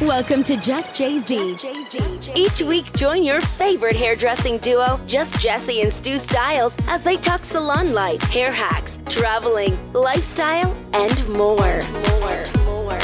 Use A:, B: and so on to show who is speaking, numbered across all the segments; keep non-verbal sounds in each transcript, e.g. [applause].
A: Welcome to Just Jay Z. Each week, join your favorite hairdressing duo, Just Jesse and Stu Styles, as they talk salon life, hair hacks, traveling, lifestyle, and more. More, more.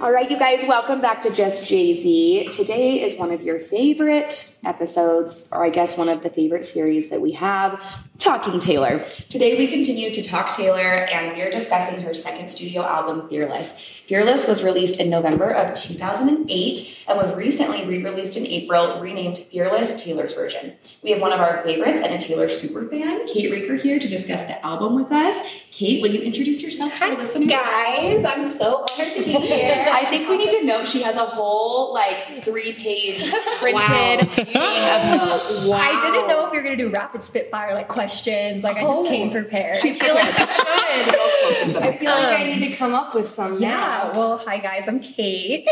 B: All right, you guys, welcome back to Just Jay Z. Today is one of your favorite episodes, or I guess one of the favorite series that we have Talking Taylor. Today we continue to talk Taylor, and we're discussing her second studio album, Fearless. Fearless was released in November of 2008 and was recently re released in April, renamed Fearless Taylor's Version. We have one of our favorites and a Taylor superfan, Kate Raker, here to discuss the album with us. Kate, will you introduce yourself to our listeners?
C: Guys, I'm so honored to
B: [laughs]
C: be here.
B: I think we need to note she has a whole like three
C: [laughs]
B: page printed thing of notes.
C: I didn't know if you were gonna do rapid spitfire like questions. Like I just came prepared.
B: She's
C: I feel like I
D: Oh, [laughs] I feel like I
C: Um,
D: need to come up with some
C: should.
D: now.
C: yeah. Well, hi guys. I'm
D: [laughs]
C: Kate.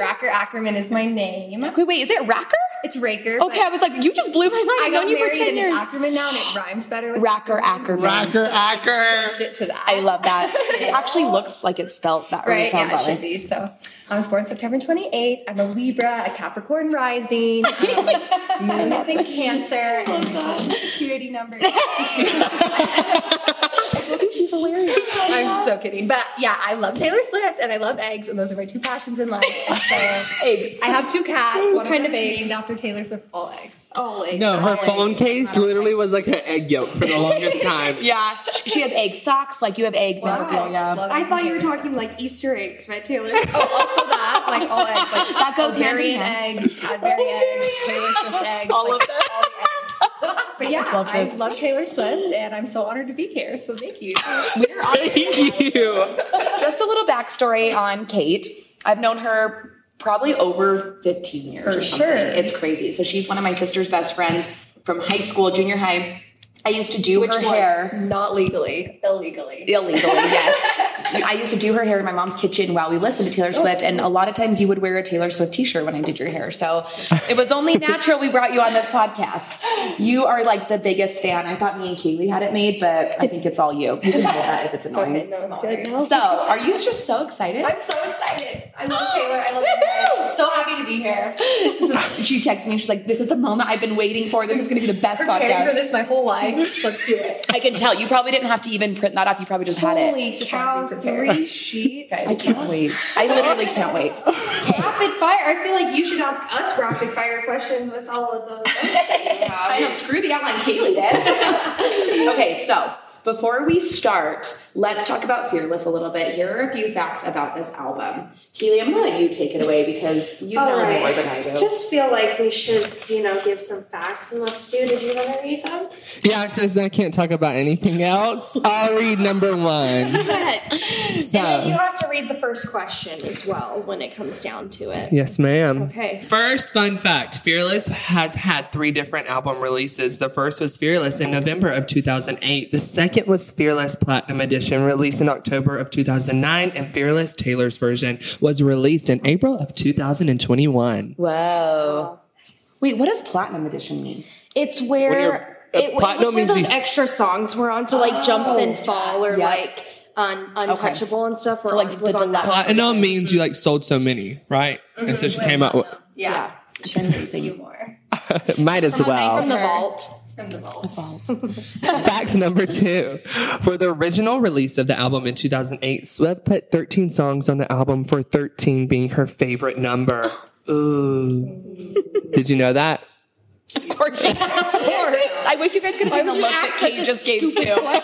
C: Racker Ackerman is my name.
E: Wait, wait, is it Racker?
C: It's Raker. but
E: Okay, I was like, you just blew my mind.
C: I
E: I've
C: got
E: known you for
C: married
E: 10
C: and
E: years.
C: it's Ackerman now, and it rhymes better. With
E: Racker Ackerman.
F: Racker Acker.
C: Shit to that.
E: I love
C: [laughs]
E: that. It actually looks like it's spelt that way.
C: Right,
E: It sounds
C: yeah, it
E: that way.
C: should be. So I was born September 28th. I'm a Libra, a Capricorn rising. I'm, like, I'm missing Cancer. And I'm missing security number. Just kidding. I'm so kidding. But yeah, I love Taylor Swift and I love eggs, and those are my two passions in life. And so
E: Eggs.
C: I have two cats. One
D: Kind
C: of them
D: of
C: is
D: eggs.
C: named after Taylor Swift. All eggs.
D: Oh, like,
F: No, her
D: like-
F: phone case literally was like an egg yolk for the [laughs] longest time.
E: Yeah, she- she has egg socks, like you have egg memorabilia.
C: Love
D: I
C: eggs
D: thought
C: and
D: you were
C: Taylor
D: talking like Easter eggs, right, Taylor?
C: Swift. Oh, also that, like all eggs, like
E: That goes hand in
C: Marian eggs, Cadbury eggs, Taylor Swift eggs,
E: All
C: like,
E: of them.
C: all the eggs. But yeah,
E: Love
C: I
E: this.
C: love Taylor Swift, and I'm so honored to be here. So thank you.
F: Thank you.
E: Just a little backstory on Kate. I've known her probably over 15 years
C: For
E: or something.
C: sure.
E: It's
B: It's crazy. So she's one of my sister's best friends from high school, junior high. I used to do her
E: one?
B: hair
C: Not legally, illegally. [laughs]
B: illegally, yes. I used to do her hair in my mom's kitchen while we listened to Taylor Swift, and a lot of times you would wear a Taylor Swift t-shirt when I did your hair. So it was only natural we brought you on this podcast. You are like the biggest fan. I thought me and Kaylee had it made, but I think it's all you. You can handle that if it's annoying.
C: Okay, no, it's good.
B: So are you just so excited?
C: I'm so excited. I love Taylor. I love you guys. I'm so happy to be here.
B: [laughs] She texted me. She's like, "This is the moment I've been waiting for. This is going to be the best
C: Preparing
B: podcast."
C: for this my whole life. Let's do it.
B: I can tell you probably didn't have to even print that off. You probably just had it.
D: Holy
C: Just
D: cow,
C: wanted to be prepared.
D: three sheets.
B: I can't wait. I literally can't wait.
D: rapid fire. I feel like you should ask us rapid fire questions with all of those. [laughs]
B: I know. Screw the outline Kaylee did. [laughs] okay, so before we start, let's talk about Fearless a little bit. Here are a few facts about this album. Kaylee, I'm going to let you take it away because you know
D: All right.
B: more than I do.
D: Just feel like we should, you know, give some facts. Unless Stu, did you want to read them?
F: Yeah, since I can't talk about anything else, I'll read number
D: [laughs]
F: one.
D: And then you
F: So,
D: have to read the first question as well when it comes down to it.
F: yes, ma'am.
D: Okay.
F: First fun fact Fearless has had three different album releases. The first was Fearless in November of 2008. The second was Fearless Platinum Edition, released in October of 2009. And Fearless Taylor's version was released in April of 2021.
B: Whoa. Wait, what does platinum edition mean?
D: It's
F: When
D: where
F: you're-
D: it,
F: platinum
D: where
F: means
D: those
F: you s-
D: extra songs were on, so like jump and fall or
B: Yeah.
D: like un, untouchable and stuff. Were
B: So, like,
D: on,
B: the
D: was on that.
F: Platinum means you like sold so many, right? And so she came out with.
C: Mm-hmm. Yeah.
B: It's amazing.
C: You more.
F: [laughs] Might as
D: From
F: well.
D: the vault.
C: From the vault. [laughs]
F: Fact number two. For the original release of the album in 2008, Swift put 13 songs on the album, for 13 being her
C: [gasps]
F: favorite number. Ooh. Did you know that?
B: I wish you guys could have seen the look that Kate just gave to.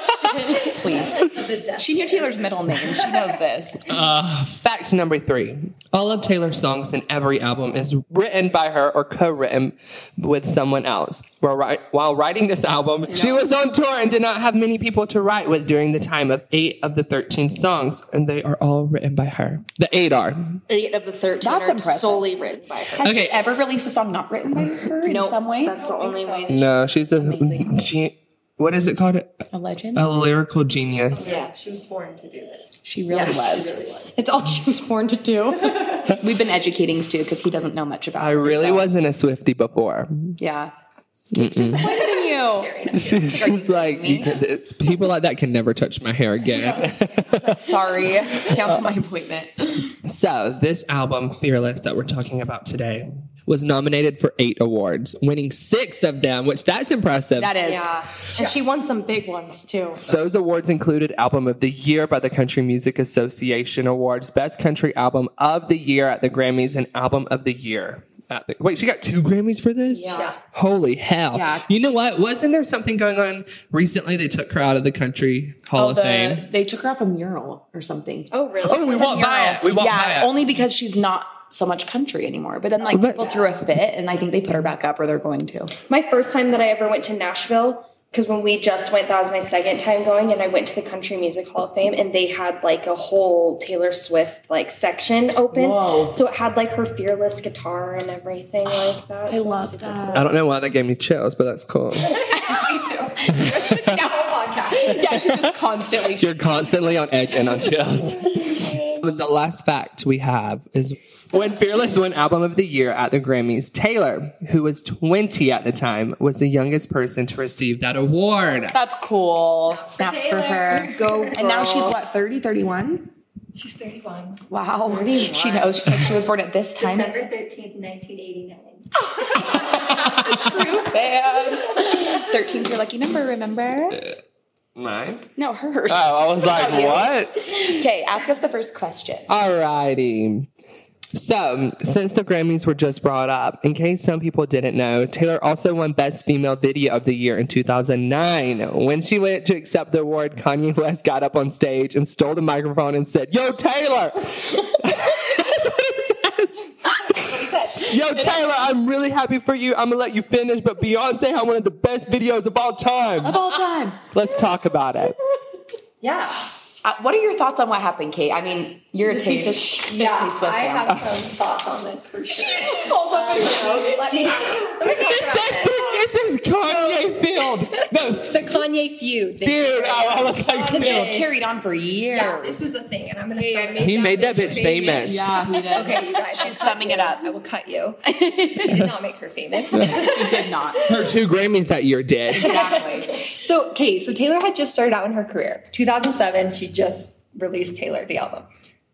B: [laughs] Please.
C: The death.
B: She knew Taylor's middle name. She knows this.
F: Fact number three. All of Taylor's songs in every album is written by her or co-written with someone else. While, wri- while writing this album, she was on tour and did not have many people to write with during the time of eight of the 13 songs, and they are all written by her. The eight are.
D: Eight of the thirteen
B: That's
D: are
B: impressive.
D: solely written by
B: [laughs]
D: her.
B: Has
F: Okay.
B: she ever released a song not written by her in
D: Nope.
B: some way?
D: That's the only way.
F: No, she's a she. What is it called?
B: a legend.
F: A lyrical genius.
C: Yeah, she was born to do this.
B: Oh. She really
C: She
B: was.
C: really was.
D: It's all she was born
B: [laughs]
D: to do.
B: We've been educating Stu because he doesn't know much about.
F: I
B: Stu,
F: really
B: so-
F: wasn't a Swifty before.
B: Yeah. It's disappointed in you. you.
F: She, she's like, you can, it's, [laughs] people like that can never touch my hair again.
B: Sorry, cancel my appointment.
F: So, this album, Fearless, that we're talking about today, was nominated for eight awards, winning six of them, which that's impressive.
B: That is.
G: Yeah. And she won some big ones too.
F: Those awards included Album of the Year by the Country Music Association Awards, Best Country Album of the Year at the Grammys, and Album of the Year. At the, wait, she got two Grammys for this?
G: Yeah.
F: Holy hell.
B: Yeah.
F: You know what? Wasn't there something going on recently? They took her out of the Country Hall of
G: The-
F: Fame.
G: They took her off a mural or something.
H: Oh, really?
F: Oh, we walked by it. We walked by
G: yeah,
F: it.
G: only because she's not so much country anymore. But then like people threw a fit, and I think they put her back up, or they're going to.
D: My first time that I ever went to Nashville, because when we just went, that was my second time going, and I went to the Country Music Hall of Fame, and they had like a whole Taylor Swift like section open.
G: Whoa.
D: So it had like her fearless guitar and everything like that. I love that.
F: I don't know why that gave me chills, but that's
G: [laughs]
F: cool.
G: Yeah, she's just constantly.
F: You're constantly on edge and on chills. [laughs] But the last fact we have is when Fearless won Album of the Year at the Grammys, Taylor, who was 20 at the time, was the youngest person to receive that award.
B: That's cool.
G: Snaps for her. Go. And now she's what, 30, 31?
C: She's 31.
G: Wow. She knows. She's like, she was born at this time.
C: December 13th, 1989.
G: Bam. 13's your lucky number, remember? [laughs]
F: Mine?
G: No, hers.
D: [laughs]
F: Oh, I was like, what?
G: Okay, ask us the first question.
F: Alrighty. So, since the Grammys were just brought up, in case some people didn't know, Taylor also won Best Female Video of the Year in 2009. When she went to accept the award, Kanye West got up on stage and stole the microphone and said, Yo, Taylor! [laughs] That's what he says. Yo, Taylor, I'm really happy for you. I'm gonna let you finish, but Beyonce had one of the best videos of all time. Of all time. Let's talk about it.
H: Yeah.
B: Uh, what are your thoughts on what happened, Kate? I mean, you're a taste.
C: Yeah,
B: Taylor Swift
C: I
B: fan.
C: have some thoughts on this
B: [laughs]
C: for sure.
B: pulls up his notes.
C: Let me, let me talk about it.
F: This is Kanye filled. No,
H: The Kanye feud.
F: dude, I, I was like,
G: It's
F: filled.
G: carried on for years.
C: Yeah, this is the thing, and I'm gonna say I
F: He made that bitch famous.
G: Yeah, he did.
C: Okay, you guys. She's
G: summing it up.
C: I will cut you. I did not make her famous.
G: He did not.
F: Her two Grammys that year did.
G: Exactly.
C: So, okay, so Taylor had just started out in her career. 2007, she just released Taylor, the album.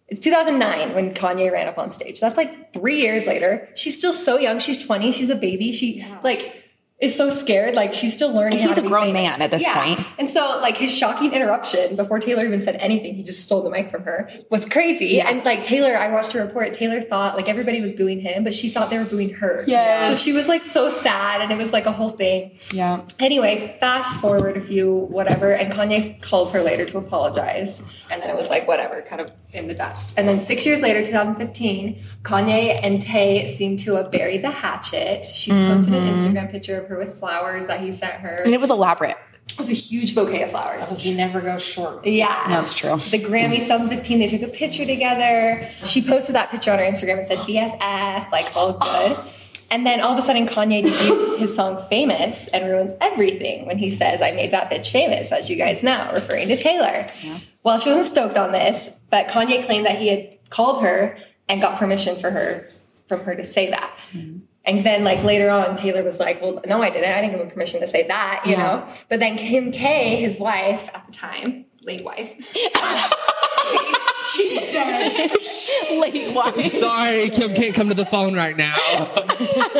C: It's 2009 when Kanye ran up on stage. That's like three years later. She's still so young. She's 20. She's a baby. She, like, is so scared. Like, she's still learning
G: And
C: how
G: he's
C: to
G: a
C: be
G: grown
C: famous.
G: man at this
C: Yeah.
G: point.
C: And so, like, his shocking interruption before Taylor even said anything, he just stole the mic from her, was crazy. And, like, Taylor, I watched her report. Taylor thought, like, everybody was booing him, but she thought they were booing her. Yeah. So she was, like, so sad. And it was, like, a whole thing.
G: Yeah.
C: Anyway, fast forward a few whatever, and Kanye calls her later to apologize. And then it was like, whatever, kind of in the dust. And then six years later, 2015, Kanye and Tay seem to have buried the hatchet. She's posted an
G: Mm-hmm.
C: Instagram picture of her with flowers that he sent her.
G: And it was elaborate.
C: It was a huge bouquet of flowers.
G: He never goes short.
C: Yeah.
G: That's true.
C: The Grammy 2015, they took a picture together. She posted that picture on her Instagram and said BFF, like all good. And then all of a sudden, Kanye debuts his song Famous and ruins everything when he says, I made that bitch famous, as you guys know, referring to Taylor. Well, she wasn't stoked on this, but Kanye claimed that he had called her and got permission for her from her to say that. And then like later on, Taylor was like, Well, no, I didn't. I didn't give him permission to say that, you know? But then Kim K, his wife at the time, late wife,
F: Sorry, Kim can't come to the phone right now.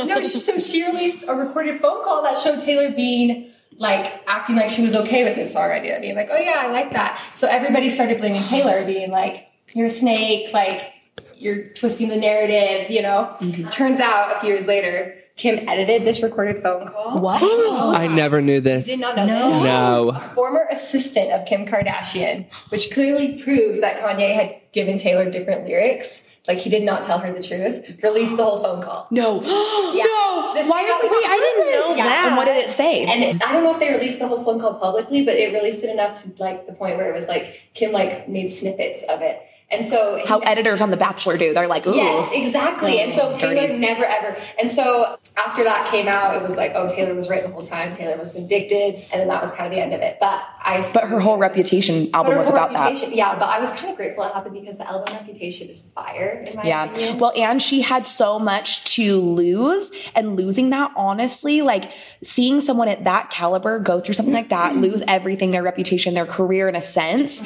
C: no, she- so she released a recorded phone call that showed Taylor being like acting like she was okay with his song idea, being like, "Oh yeah, I like that." So everybody started blaming Taylor, being like, "You're a snake, like you're twisting the narrative," you know. Turns out a few years later, Kim edited this recorded phone call.
F: Oh. I never knew
C: Did
F: this.
C: not know that.
F: No.
C: A former assistant of Kim Kardashian, which clearly proves that Kanye had given Taylor different lyrics. Like he did not tell her the truth. Released the whole phone call.
G: No. [gasps]
C: Yeah.
G: No.
C: This
G: Why
C: came
G: are
C: out-
G: we? Wait, I didn't know
C: Yeah.
G: that. And what did it say?
C: And it, I don't know if they released the whole phone call publicly, but it released it enough to like the point where it was like Kim like made snippets of it. And so
B: How editors on The Bachelor do. They're like, ooh.
C: Yes, exactly. And so
B: dirty.
C: Taylor never ever. And so after that came out, it was like, oh, Taylor was right the whole time. Taylor was vindictive, and then that was kind of the end of it. But I.
B: But her whole reputation
C: But
B: album
C: her
B: was
C: whole
B: about that.
C: reputation, Yeah, but I was kind of grateful it happened because the album reputation is fire. In my
B: Yeah. [laughs]
C: Opinion.
B: Well, and she had so much to lose, and losing that, honestly, like seeing someone at that caliber go through something like that, lose everything, their reputation, their career, in a sense,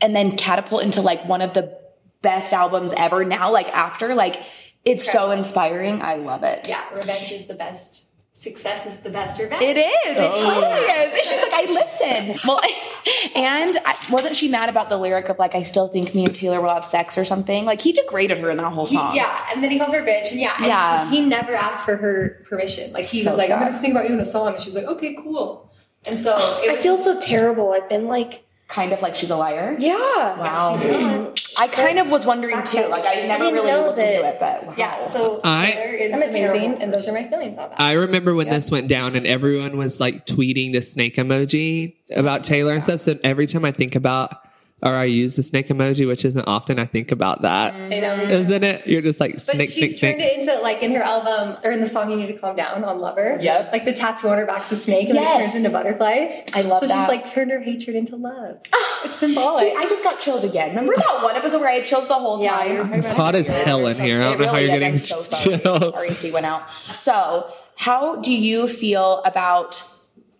B: and then catapult into like one of the best albums ever now, like after, like it's so inspiring. I love it.
C: yeah, revenge is the best. Success is the best revenge.
B: It is. It totally is. And she's like, I listen. Well, [laughs] and I, wasn't she mad about the lyric of like, I still think me and Taylor will have sex or something? Like he degraded her in that whole song.
C: Yeah, and then he calls her bitch, and yeah, and
B: Yeah.
C: He, he never asked for her permission. Like he
B: So
C: was like, "I'm
B: sad.
C: gonna sing about you in a song," and she's like, "Okay, cool." And so it
D: I
C: was
D: feel so terrible. I've been like,
B: Kind of like she's a liar.
D: yeah.
B: Wow. I kind of was wondering too. Like I never
D: didn't
B: really
D: know
B: looked
D: that-
B: into it, but wow.
C: yeah. So
F: I-
C: Taylor is
D: I'm a
C: amazing,
D: terrible-
C: and those are my feelings on that.
F: I remember when this went down and everyone was like tweeting the snake emoji about Taylor and stuff. So every time I think about or I use the snake emoji, which isn't often, I think about that.
C: you know,
F: not it? You're just like
C: Mm-hmm. But
F: snake, snake,
C: she's
F: snake.
C: turned it into like in her album or in the song "You Need to Calm Down" on Lover.
B: Yep.
C: Like the tattoo on her back's a snake, and then it
B: Yes.
C: turns into butterflies.
B: I love
C: so So she's
B: that.
C: like turned her hatred into love. it's symbolic.
B: See, I just got chills again. Remember that one episode where I had chills the whole
C: Yeah, I
B: time?
C: remember
F: It's hot as hell in here. I don't
B: It
F: know how
B: really
F: you're
B: is.
F: getting
B: I'm so sorry.
F: [laughs] chills.
B: Our AC went out. So, how do you feel about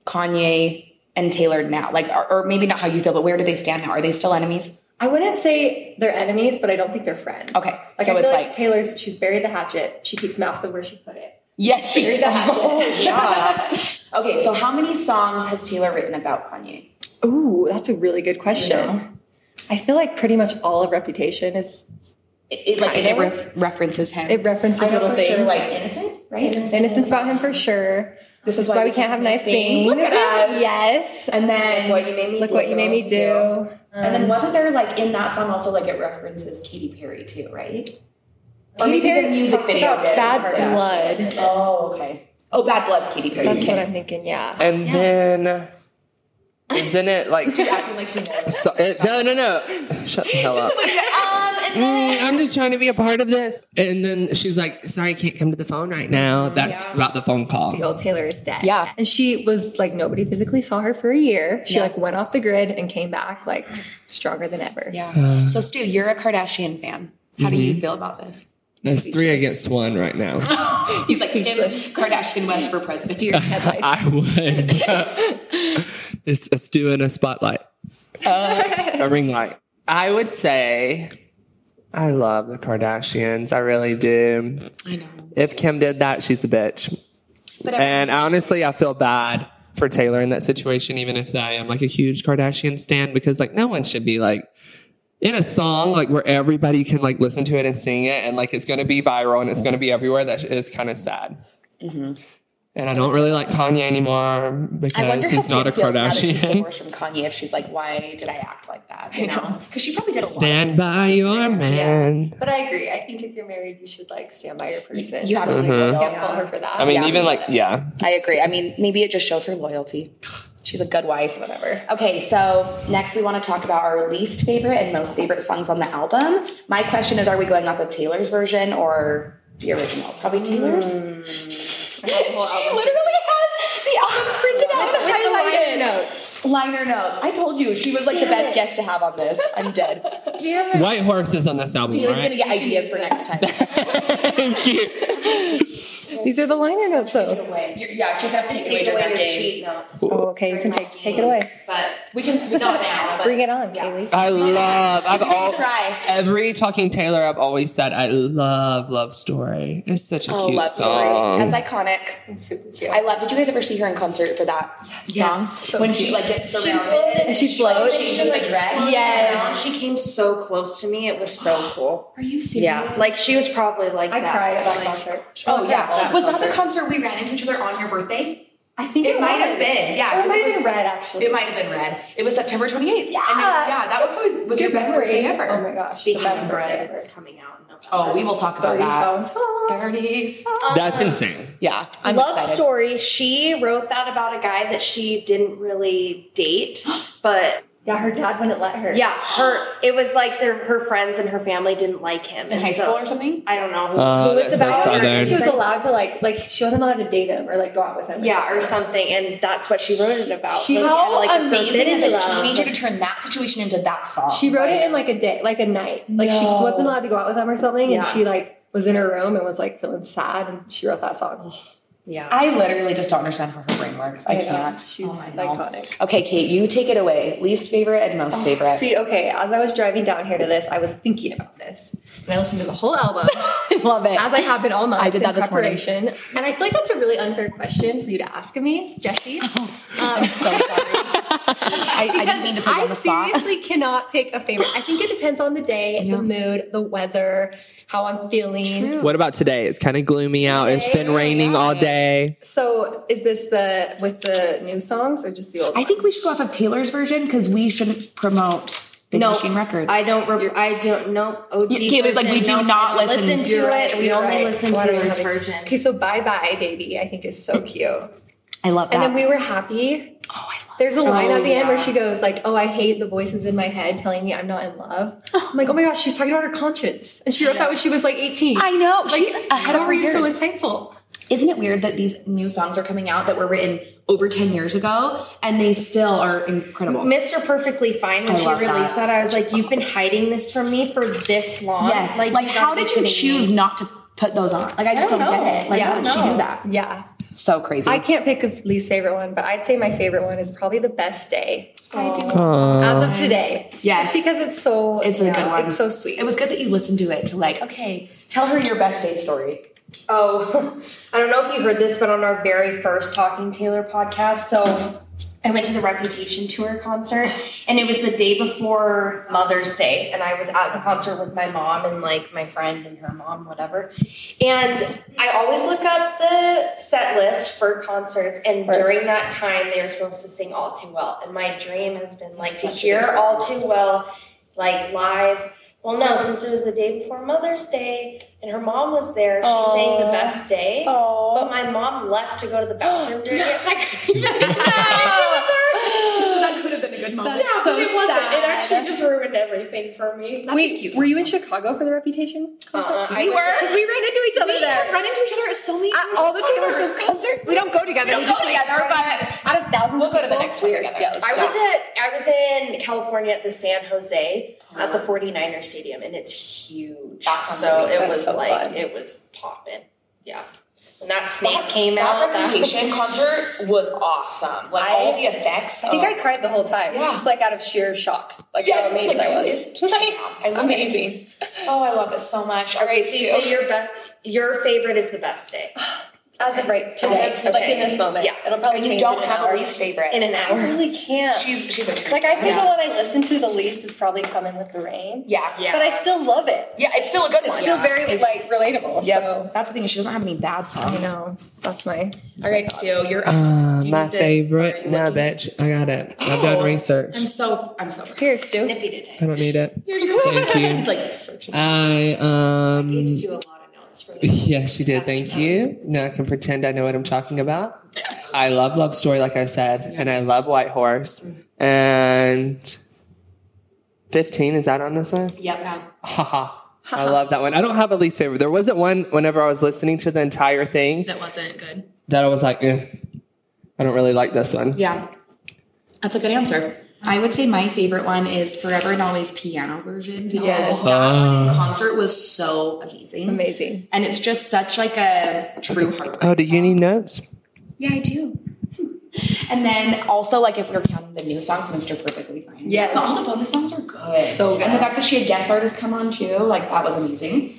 B: Kanye and Taylor now? Like, or, or maybe not how you feel, but where do they stand now? Are they still enemies?
C: I wouldn't say they're enemies, but I don't think they're friends.
B: Okay,
C: Like,
B: so
C: I feel
B: it's
C: like,
B: like-
C: Taylor's. She's buried the hatchet. She keeps mouths of where she put it.
B: Yes, she.
C: Buried the
B: [laughs] Oh,
C: hatchet.
B: yes. Okay, so how many songs has Taylor written about Kanye?
C: Ooh, that's a really good question. I feel like pretty much all of Reputation is
B: It, it- like, and it
C: Kind
B: re- references him.
C: it references
B: I know
C: little
B: for
C: things.
B: sure, like innocent, right?
C: Innocence about him for sure. This is why, we can't have nice things.
B: Look at us.
C: Yes.
B: And then what you made me
C: Look what you made me do. Um,
B: And then wasn't there like in that song also like it references Katy Perry too, right? Or
C: Katy
B: maybe
C: Perry
B: the music
C: talks
B: video
C: about
B: did.
C: Bad
B: Sorry, Ash.
C: blood.
B: Oh, okay. Oh, Bad Blood's Katy Perry.
C: That's what I'm thinking. Yeah.
F: And then isn't it like
B: acting like he knows. um,
F: so, it, no no no shut the hell up. Mm, I'm just trying to be a part of this. And then she's like, sorry, I can't come to the phone right
B: Oh,
F: now. That's about the phone call.
C: The old Taylor is dead.
B: Yeah.
C: And she was like nobody physically saw her for a year. She like went off the grid and came back like stronger than ever.
B: Yeah. So Stu, you're a Kardashian fan. How do you feel about this?
F: It's three against one right now.
B: Oh, He's like Kim Kardashian West for president.
C: Deer in headlights.
F: [laughs] I would.
B: [laughs]
F: it's, it's doing a spotlight, a ring light. I would say I love the Kardashians. I really do. I know. If Kim did that, she's a bitch. and honestly, I feel bad for Taylor in that situation, even if I am like a huge Kardashian stan, because like no one should be like in a song like where everybody can like listen to it and sing it, and like it's going to be viral and it's going to be everywhere. That is kind of sad. Mm-hmm. And I don't really like Kanye anymore because he's not a
B: she's
F: Kardashian.
B: divorced from Kanye. If she's like, why did I act like that? You know, because she probably did a
F: Stand by your man.
C: But I agree. I think if you're married, you should like stand by your person.
B: lot. You have to. be
F: Mm-hmm.
C: I
B: loyal.
C: can't fault her for that.
F: I mean,
B: Yeah.
F: even like, yeah.
B: I agree. I mean, maybe it just shows her loyalty. She's a good wife, whatever. Okay, so next we want to talk about our least favorite and most favorite songs on the album. My question is are we going off of Taylor's version or the original? Probably Taylor's. [laughs] she literally has the [laughs] album printed out and
C: with the liner
B: highlighted.
C: notes.
B: Liner notes. I told you she was like the best guest to have on this. I'm dead.
F: White horses on this album,
B: Taylor's gonna
F: right?
B: get ideas for next [laughs] time.
F: [laughs] Thank you.
C: These are the liner notes though.
B: You're- yeah, she's gonna have to take, away your game.
C: Oh, okay. You can take take it away.
B: But we can [laughs] not now. But
C: Bring it on, Kaylee.
F: I love. I've all
B: try.
F: every talking Taylor. I've always said I love Love Story. It's such a cute
B: Oh, love
F: song.
B: Story. That's iconic.
C: It's super cute.
B: I love. Did you guys ever see her in concert for that song? when she like gets surrounded
C: and she floats.
B: changes the dress.
C: Yes.
D: She came so close to me. It was so cool.
B: Are you serious?
D: Yeah. Like she was probably like
C: I
D: that.
C: cried at that concert.
B: Oh yeah. was that the concert we ran into each other on your birthday?
C: I think
B: It might have been. Yeah.
C: Or it
B: 'cause
C: might have
B: was-
C: been red actually.
B: It might have been red. It was September 28th. Yeah. yeah. That was probably was your best
C: memory.
B: birthday ever.
C: Oh my gosh, the best birthday ever.
B: It's coming out. In November. Oh, we will talk about
C: 30
B: that.
C: songs. Oh.
B: Thirty songs.
F: That's insane.
B: Yeah. I'm
D: Um, Love
B: excited.
D: story. She wrote that about a guy that she didn't really date, but
C: Yeah, her dad wouldn't let her.
D: Yeah, her. It was like their her friends and her family didn't like him
B: in
D: and
B: high
D: so-
B: school or something.
D: I don't know who,
F: Oh,
D: who it's
F: that's so
D: about.
C: I don't
D: or-
C: think she was
F: Southern.
C: allowed to like like she wasn't allowed to date him or like go out with him.
D: yeah, or something, and that's what she wrote it about.
C: She-
D: was
C: How
D: kinda like the
G: Amazing as
D: forbidden
G: a
D: love.
G: teenager to turn that situation into that song.
C: She wrote it in like a day, like a night. Like she
G: No.
C: wasn't allowed to go out with him or something, and
D: Yeah.
C: she like was in her room and was like feeling sad, and she wrote that song.
D: Yeah,
G: I literally just don't understand how her brain works. I,
C: I know.
G: can't.
C: She's
G: Oh, I know.
C: iconic.
G: Okay, Kate, you take it away. Least favorite and most
D: Oh,
G: favorite.
C: See, okay, as I was driving down here to this, I was thinking about this, and I listened to the whole album
G: [laughs] Love it.
C: as I have been all month.
G: I did
C: in
G: that this morning.
C: preparation. and I feel like that's a really unfair question for you to ask me,
G: [laughs]
C: Jesse. um,
G: Oh, so
C: [laughs]
G: sorry. I, I didn't mean to put you on the
C: I
G: spot.
C: seriously cannot pick a favorite. I think it depends on the day, the mood, the weather, how I'm feeling.
F: What about today? It's kind of gloomy out. It's been raining all day.
C: So is this the with the new songs or just the old?
G: I think we should go off of Taylor's version because we shouldn't promote Big
D: No,
G: Machine Records.
D: I don't. Re- I don't know. OG
G: You- Gabe is like, we
D: version,
G: do
D: no,
G: not
D: we don't
G: listen.
D: to
C: You're
D: it.
C: right,
D: We
C: you're
D: only
C: right.
D: listen to
C: Why do we
D: Taylor's
C: have this-
D: version.
C: Okay, so Bye Bye Baby, I think is so cute. And
G: I love that.
C: then we were happy. Oh, I love There's a line at the end where she goes like, "Oh, I hate the voices in my head telling me I'm not in
G: [laughs]
C: love." I'm like, "Oh my gosh, she's talking about her conscience," and she wrote that when she was like 18.
G: I know.
C: Like,
G: She's ahead
C: how
G: of her
C: are you
G: years.
C: so insightful?
G: Isn't it weird that these new songs are coming out that were written over 10 years ago and they still are incredible?
D: Mr. Perfectly Fine when
G: I
D: she
G: love
D: released
G: that.
D: that. I was like, you've been hiding this from me for this long.
G: yes. Like, how
D: gotta be
G: did you
D: kidding
G: choose
D: Me.
G: not to put those on? Like, I just don't,
D: don't know.
G: get it. Like,
C: Yeah,
G: how did she
C: no.
G: do that?
C: Yeah,
G: So crazy.
C: I can't pick a least favorite one, but I'd say my favorite one is probably the best day
F: Aw.
C: as of today.
G: Yes.
C: just because it's so
G: It's a good one.
C: It's so sweet.
G: it was good that you listened to it to like, okay, tell her your best day story.
D: Oh, [laughs] I don't know if you heard this, but on our very first Talking Taylor podcast, so I went to the Reputation Tour concert, and it was the day before Mother's Day, and I was at the concert with my mom and like my friend and her mom, whatever. And I always look up the set list for concerts, and during that time, they were supposed to sing All Too Well, and my dream has been like to hear All Too Well, like live. Well, no, since it was the day before Mother's Day, and her mom was there, she sang the best day. But my mom left to go to [gasps] the Uh, bathroom during it. so I [laughs] couldn't even
C: That's so
D: it wasn't.
C: sad.
D: It actually just ruined everything for me.
C: Wait, were you in Chicago for the Reputation concert?
D: Uh-uh, I
C: we were because we ran into each other there.
G: Run into each other at so many
C: at all the Taylor Swift concert. We don't go together. We, just like, but out of 1000s we'll of people,
G: go to the next one together.
C: Yeah, let's
D: I
C: do
D: was at I was in California at the San Jose at the 49er Stadium and it's huge.
G: That's
D: so
G: amazing.
D: it was
G: That's so
D: like
G: fun.
D: it was popping. Yeah. When that snake came out.
B: That
C: [laughs]
B: reputation concert was awesome. Like all the effects.
C: I think I cried the whole time,
B: Yeah.
C: just like out of sheer shock, like how amazed I was.
B: I love amazing. Oh, I love it so much. All right,
D: so
B: so
D: you say your best your favorite is the best day.
C: As of right today,
D: As of
C: like
D: today.
C: in this moment,
D: Yeah.
C: it'll probably
B: you
C: change.
B: don't
C: in an
B: have
C: hour.
B: a least favorite.
D: [sighs] In an
C: I
D: hour.
C: really can't.
B: she's she's a
C: like I say, the one I listen to the least is probably "Coming with the Rain,"
B: yeah
D: Yeah.
C: but I still love it.
B: yeah. It's still a good
C: It's
B: one.
C: still very like relatable.
G: Yep.
C: So
G: That's the thing. She doesn't have any bad
C: I
G: songs.
C: know that's my
B: All right, Stu, you're up.
F: Uh,
B: You
F: my
B: did- are
F: favorite.
B: you
F: Nah,
B: looking-
F: bitch. I got it. I've done research.
G: I'm so I'm so
C: here, Stu.
D: Snippy today.
F: I don't need it. Thank you.
B: like searching.
F: I um.
D: Gives you a lot of notes for
F: [laughs]
D: this.
F: Yes, she did. Thank you. Now I can pretend I know what I'm talking about. I love Love Story, like I said, and I love White Horse. And 15, is that on this one?
B: Yep. Yeah.
F: Haha. I love that one. I don't have a least favorite. There wasn't one whenever I was listening to the entire thing
B: That wasn't good.
F: that I was like, eh, I don't really like this one.
G: Yeah. That's a good answer. I would say my favorite one is Forever and Always piano version because that concert was so amazing.
C: Amazing.
G: And it's just such like a true heart.
F: Oh, do you need notes?
G: Yeah, I do. And then also like if we're counting the new songs, Mr. Perfectly Fine.
C: Yes.
G: But all the bonus songs are good.
C: So good.
G: And the fact that she had guest artists come on too, like that was amazing.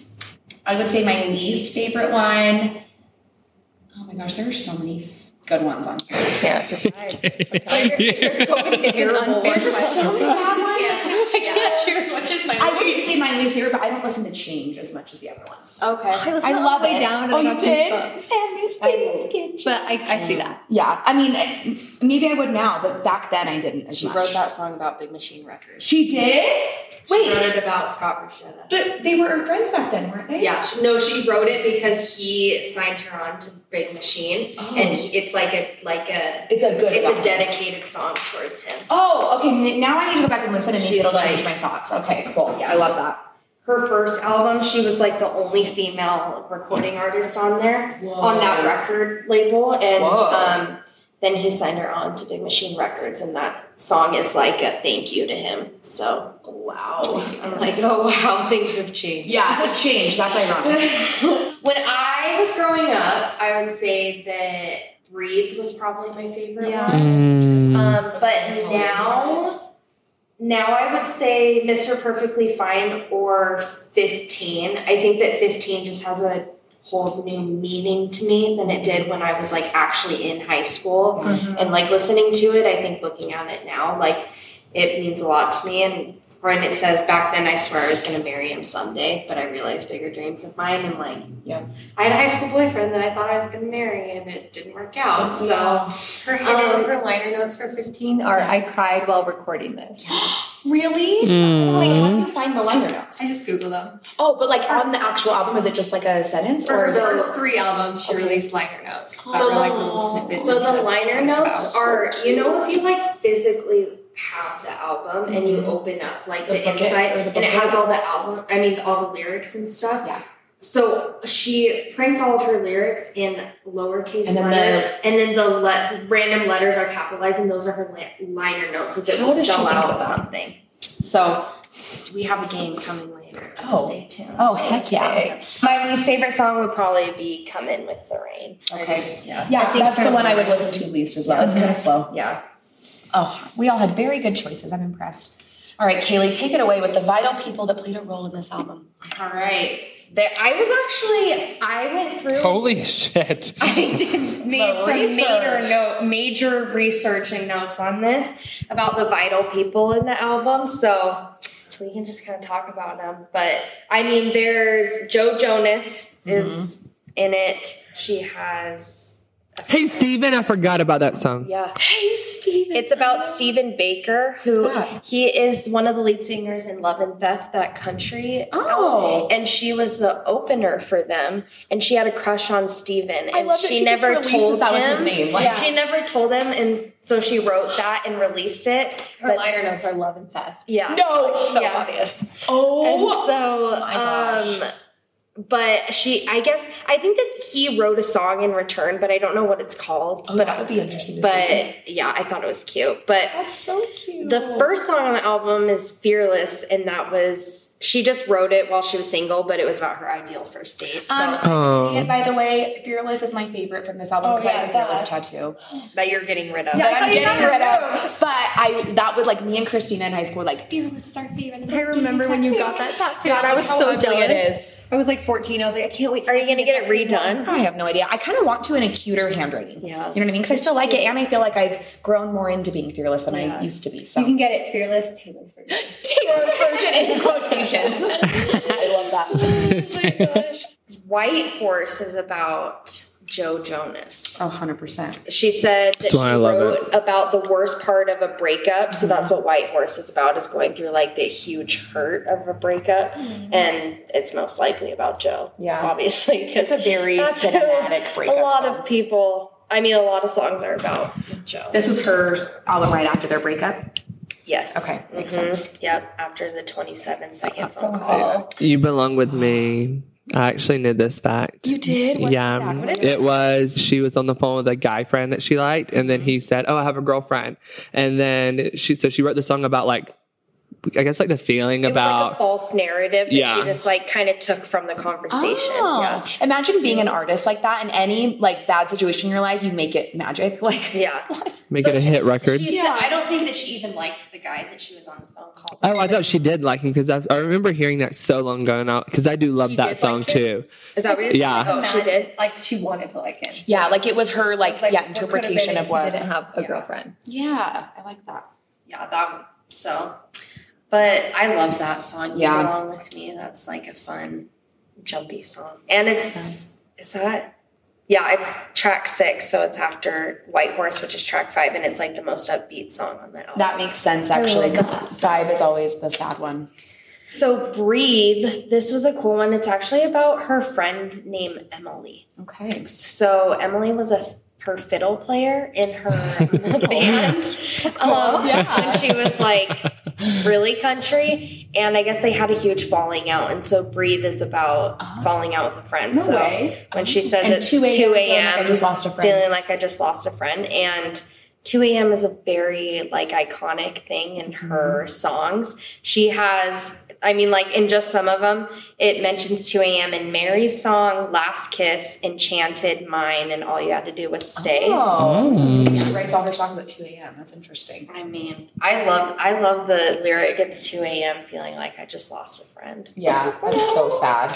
G: I would say my least favorite one. Oh my gosh, there are so many f- good ones on here.
C: Yeah,
G: [laughs]
C: There's so many terrible ones.
G: So many bad ones.
C: I can't choose which is my
G: I wouldn't say my least favorite, but I don't listen to Change as much as the other ones.
I: Okay.
C: I listened
G: I
C: Oh, all
G: love
C: the way
G: it.
C: down and
G: oh,
C: I
G: you
C: got
G: did?
C: goosebumps.
G: And these things can
C: But I, I see that.
I: Yeah, I mean, it- maybe I would now, but back then I didn't. As
D: She
I: much.
D: wrote that song about Big Machine Records.
I: She did.
D: She wrote
I: Wait,
D: it about Scott Bruschetta.
I: but they were her friends back then, weren't they?
D: Yeah, she- no, she wrote it because he signed her on to Big Machine, and he, it's like a like a
I: It's a Oh. good.
D: it's a
I: reference.
D: dedicated song towards him.
I: Oh, okay. n- Now I need to go back and listen, and maybe
D: She's
I: it'll
D: like-
I: change my thoughts. Okay, cool. Yeah, I love that.
D: Her first album, she was like the only female recording artist on there
I: Oh.
D: on that record label, and um, then he signed her on to Big Machine Records, and that song is like a thank you to him. So wow, I'm like oh wow, [laughs] things have changed.
I: Yeah, change. That's
D: [laughs]
I: ironic.
D: when I was growing up, I would say that Breathe was probably my favorite
C: Yeah.
D: one.
F: Mm.
D: Um, but now, now I would say Mr. Perfectly Fine or 15. I think that 15 just has a whole new meaning to me than it did when I was like actually in high school
C: Mm-hmm.
D: and like listening to it. I think looking at it now, like it means a lot to me. And when it says back then, I swear I was going to marry him someday, but I realized bigger dreams of mine. And like,
I: Yeah.
D: I had a high school boyfriend that I thought I was going to marry, and it didn't work out. So.
C: Her, hidden-
D: Um,
C: her liner notes for 15 are I cried while recording this.
I: really?
F: Mm.
I: Wait, how do you find the liner notes?
C: I just Googled them.
I: Oh, but like on the actual album, is it just like a sentence,
C: For
I: or
C: her
I: is it?
C: first three albums, she released liner notes.
D: So
C: So
D: the-
C: like little snippets.
D: So
C: into
D: the liner
C: what it's
D: notes
C: about.
D: are, you know, if you like physically have the album and you open up like the,
I: booklet
D: inside
I: or the
D: and it has all the album, I mean, all the lyrics and stuff.
I: Yeah.
D: So she prints all of her lyrics in lowercase
I: And then the-
D: letters, and then the le- random letters are capitalized, and those are her la- liner notes as it
I: How
D: will
I: does she
D: spell
I: think of
D: out
I: that?
D: something. So we have a game coming later. Just
I: Oh.
D: stay tuned.
I: Oh, heck yeah.
D: My least favorite song would probably be "Come In With the Rain."
I: Okay.
D: Yeah.
I: Yeah,
D: think
I: that's
D: so.
I: the one I would listen to least as well. It's kind of slow.
D: Yeah.
G: Oh, we all had very good choices. I'm impressed. All right, Kaylee, take it away with the vital people that played a role in this album.
D: All right. There, I was actually I went through.
F: Holy shit.
D: I did made some major note, major research and notes on this about the vital people in the album. So we can just kind of talk about them. But I mean, there's Joe Jonas is
I: Mm-hmm.
D: in it. She has.
F: Hey, Steven, I forgot about that song.
D: Yeah,
G: Hey, Steven.
D: it's about Stephen Baker, who
G: Who's that?
D: he is one of the lead singers in Love and Theft, that country
I: Oh.
D: and she was the opener for them and she had a crush on Steven and
G: I love that
D: she,
G: she just
D: never
G: releases
D: told
G: that with
D: him
G: his name, like-
D: Yeah. she never told him and so she wrote that and released it
C: Her
D: but
C: liner notes are love and theft.
D: yeah
G: No.
C: So
D: Yeah.
C: obvious.
D: [laughs] and
G: Oh.
D: so um but she i guess i think that he wrote a song in return but i don't know what it's called
G: oh,
D: but
G: that would be interesting. To see.
D: but yeah i thought it was cute but
G: that's so cute.
D: the first song on the album is Fearless, and that was she just wrote it while she was single, but it was about her ideal first date. So
G: Um,
I: And
F: Oh.
I: by the way, Fearless is my favorite from this album because I have a
G: yeah,
I: Fearless tattoo.
D: that you're getting rid of.
I: But
C: I
I: I'm
C: thought you
I: getting
C: got
I: rid
C: it
I: of. But I that would like me and Christina in high school were like Fearless is our favorite. That's
C: I
I: our
C: remember
I: favorite
C: when you
I: tattoo."
C: got that tattoo.
G: God,
C: I
G: like
C: was
G: how
C: so
G: ugly
C: jealous.
G: It is.
C: I was like 14. I was like, I can't wait.
D: Are you gonna get it redone?
G: I have no idea. I kind of want to in a cuter handwriting.
D: Yeah.
G: You know what I mean? Because I still like it, and I feel like I've grown more into being fearless than I used to be. So
C: You can get it fearless Taylor's version.
G: Taylor's version [laughs] in quotations. I love that.
D: White Horse is about Joe Jonas.
I: Oh, 100%.
D: She said that
F: That's why
D: she
F: I love
D: wrote about the worst part of a breakup. So that's what White Horse is about is going through like the huge hurt of a breakup. And it's most likely about Joe.
G: Mm-hmm. Yeah.
D: Obviously. Because
G: It's a very
D: That's who
G: cinematic
D: a
G: breakup.
D: lot
G: song.
D: of people I mean a lot of songs are about Joe.
I: This was her album right after their breakup.
D: yes.
G: Okay, makes
D: Mhm.
G: sense.
D: Yep. After the twenty seven second phone
C: Phone
D: call.
C: call.
F: You belong with me. I actually knew this fact.
G: You did? What's
F: yeah.
G: the fact? What is
F: it? was she was on the phone with a guy friend that she liked, and then
D: Mm-hmm.
F: he said, "Oh, I have a girlfriend," and then she so she wrote the song about like, I guess like the feeling
D: It was like
F: about
D: a false narrative that
F: Yeah.
D: she just like kind of took from the conversation.
G: Oh.
D: Yeah.
G: Imagine being an artist like that in any like bad situation in your life, you make it magic. [laughs]
D: [laughs]
G: Like
D: Yeah.
F: make it a hit record.
D: She said, I don't think that she even liked the guy that she was on the phone call.
F: Oh, I thought she did like him because I, I remember hearing that so long ago, and because I do love
D: She did
F: that song
D: like
F: too.
D: Is that what you're saying?
F: Yeah.
D: Oh, she did.
C: Like she wanted to like him.
G: yeah, like it was her like,
C: It's like
G: yeah,
C: what could've been
G: interpretation
C: if
G: of
C: he
G: what
C: didn't have a girlfriend.
G: Yeah, I like that.
D: Yeah, that. So, but I love that song. You
I: Yeah.
D: belong with me. That's like a fun jumpy song. And it's is that yeah, it's track six, so it's after White Horse, which is track five, and it's like the most upbeat song on that album.
B: That makes sense actually because five is always the sad one.
D: so breathe. This was a cool one. It's actually about her friend named Emily.
B: Okay.
D: So Emily was a her fiddle player
B: [laughs]
D: in her
B: Oh,
D: band. That's cool. And she was like really country, and I guess they had a huge falling out. And so "Breathe" is about falling out with a friend. so when she says
B: Oh. And
D: it's
B: 2
D: two
B: a.m.
D: a.m.,
B: I just lost a friend.
D: feeling like I just lost a friend, and 2 a.m. is a very like iconic thing in her
B: Mm-hmm.
D: songs. She has, I mean, like in just some of them, it mentions 2 a.m. in Mary's song, Last Kiss, Enchanted, Mine, and All You Had to Do Was Stay.
B: She writes all her songs at 2 a.m. That's interesting.
D: I mean, I love, I love the lyric. It's 2 a.m. feeling like I just lost a friend.
B: Yeah, that's so sad.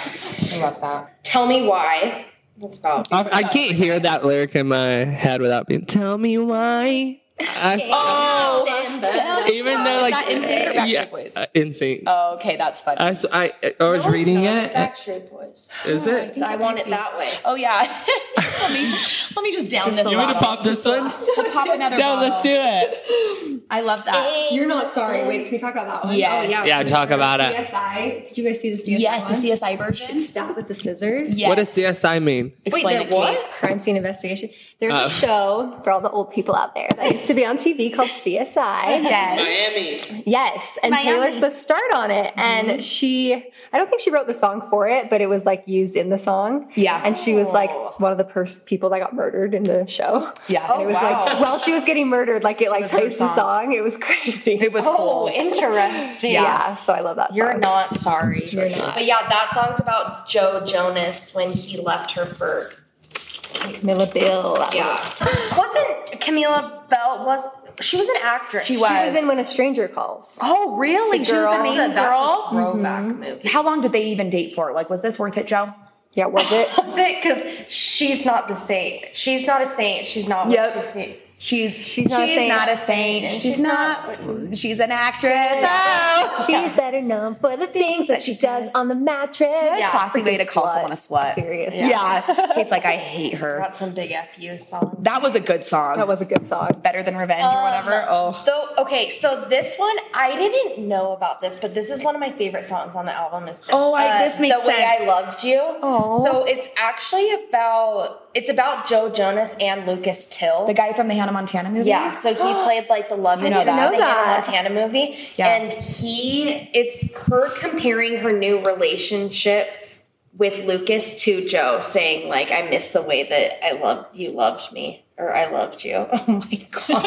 B: I love that.
D: Tell me why. That's about.
F: I, I can't hear that lyric in my head without being. Tell me why. I, oh,
G: [laughs]
F: even though like in sync, yeah, uh, in sync.
B: okay, that's funny.
F: I, s- I- I was reading it.
D: Backstreet Boys.
F: Is it?
D: I want it that way.
B: oh
G: [laughs]
B: yeah. let me let me just down this.
F: You want to pop this one?
B: pop another.
F: No, let's do it.
B: I love that.
C: You're not sorry. Wait, can we talk about that one?
B: Yes.
C: Oh, yeah.
F: Yeah, talk about it.
C: CSI. Did you guys see the CSI?
B: Yes, the
C: one?
B: CSI version.
C: Stab with the scissors.
B: Yes.
F: What does CSI mean?
B: Explain
D: Wait,
B: it,
D: the what?
B: Kate.
C: Crime scene investigation. There's
F: Oh.
C: a show for all the old people out there that used to be on TV called [laughs] CSI.
F: Miami.
C: Yes, and Taylor Swift starred on it, and she. I don't think she wrote the song for it, but it was like used in the song.
B: Yeah.
C: and she was like one of the pers- people that got murdered in the show.
B: Yeah.
C: [laughs] and it was like while she was getting murdered, like it like
B: her
C: plays the
B: song.
C: song. It was crazy. It [laughs]
B: was cool.
D: Interesting.
C: yeah. so I love that.
D: You're
C: song.
D: not sorry. You're not. But yeah, that song's about Joe Jonas when he left her for
C: Camilla Bill. that
D: yeah.
C: was-
D: Wasn't Camila Bell was she was an actress.
B: She was.
C: She was in When a Stranger Calls.
B: oh really? She was the
D: Girl. Mm-hmm.
B: main
D: That's a
B: girl.
D: throwback movie.
B: How long did they even date for? Like, was this worth it, Joe?
C: Yeah, was it?
D: Was it because she's not the saint. She's not a saint. She's not what
B: Yep.
D: she's saint.
B: She's she's
C: not a saint.
B: saint. She's,
D: she's
B: not. She's an actress. Oh.
C: She's better known for the things that she does on the mattress.
B: a classy way to call someone a slut. [laughs]
C: Serious.
B: Yeah. Kate's like, I hate her.
D: Got some big F you song.
B: That was a good song.
C: That was a good song.
B: better than revenge or whatever. Oh.
D: So okay, so this one I didn't know about this, but this is one of my favorite songs on the album. Is uh,
B: Oh, I- this makes
D: the way
B: sense.
D: I loved you. So it's actually about it's about Joe Jonas and Lucas Till.
B: The guy from the Hannah Montana movie?
D: yeah, so he
B: [gasps]
D: played like the love interest in the
B: that.
D: Hannah Montana movie,
B: Yeah.
D: and he it's her comparing her new relationship with Lucas to Joe, saying like I miss the way that I love you loved me or I loved you. Oh my
B: [laughs]
D: god.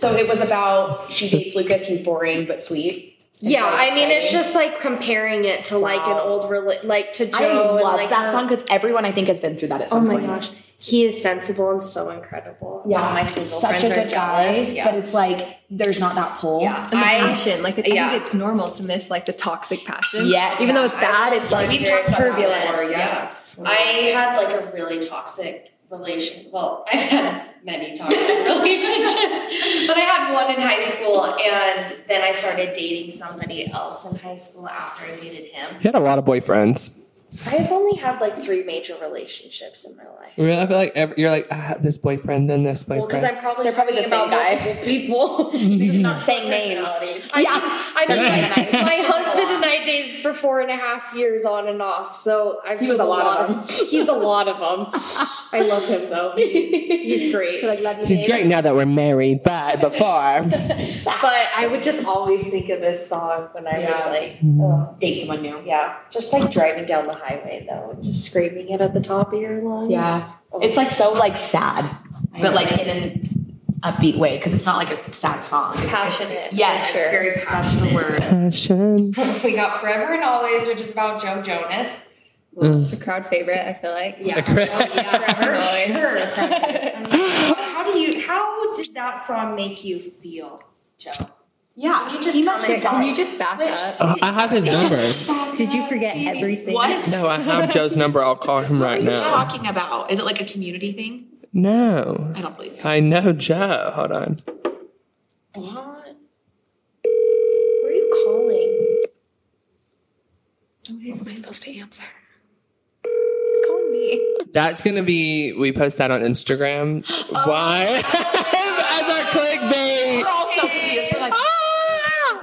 B: So it was about she dates Lucas, he's boring but sweet.
D: Yeah, I mean, it's just like comparing it to like an old, rela- like to Joe.
B: I
D: and,
B: love
D: like,
B: that
D: her-
B: song because everyone I think has been through that at some
D: Oh my
B: point.
D: gosh, he is sensible and so incredible.
B: Yeah,
D: All my single
B: such a
D: friends
B: good
D: are
B: guy,
D: jealous. Yeah.
B: but it's like there's not that pull.
D: yeah,
C: And the
D: I-
C: passion. Like, I think
D: yeah.
C: it's normal to miss like the toxic passion.
B: Yes.
C: Even though it's bad, it's like
D: We've
C: very
D: talked about this
C: turbulent.
D: before, yeah. I had like a really toxic relation. Well, [laughs] I've had many
B: [laughs]
D: toxic relationships, but I had one in high school, and then I started dating somebody else in high school after I dated him.
F: He had a lot of boyfriends.
D: I've only had like three major relationships in my life.
F: Really, I feel like every, you're like ah, this boyfriend, then this
D: Well,
F: boyfriend.
D: because I'm probably probably
B: the same
D: about multiple people. You're just not saying
B: names.
D: I yeah, I mean, my husband and I dated for four and a half years on and off, so I've he
B: was a lot of
D: he's a lot of them. [laughs] I love him though. He- he's great.
F: He's great now that we're married, but before.
D: [laughs] But I would just always think of this song when I would like ugh.
B: Date someone new.
D: yeah, just like driving down the highway though, and just screaming it at the top of your lungs.
B: Yeah. It's like so like sad, but like in an upbeat way because it's not like a sad song. It's-
D: passionate.
B: Yes.
D: It's very passionate.
F: Passion.
D: We got forever and always, which is about Joe Jonas.
C: It's a crowd favorite, I feel like.
F: [laughs]
D: Yeah. Oh, yeah. Sure. how do you? How did that song make you feel, Joe?
B: yeah.
D: You just
B: he must have
D: commented
B: done.
C: Can you just back up?
F: Oh, I have his number.
C: Did you forget everything? What?
F: No, I have Joe's number. I'll call him right now.
B: talking about? Is it like a community thing?
F: No.
B: I don't believe it.
F: I know Joe. Hold on.
D: What? Who are you calling?
B: What am I supposed to answer? He's calling me.
F: That's gonna be we post that on Instagram.
B: Oh.
F: Why? [laughs] As our clickbait. Ah!
J: all so confused. We're like,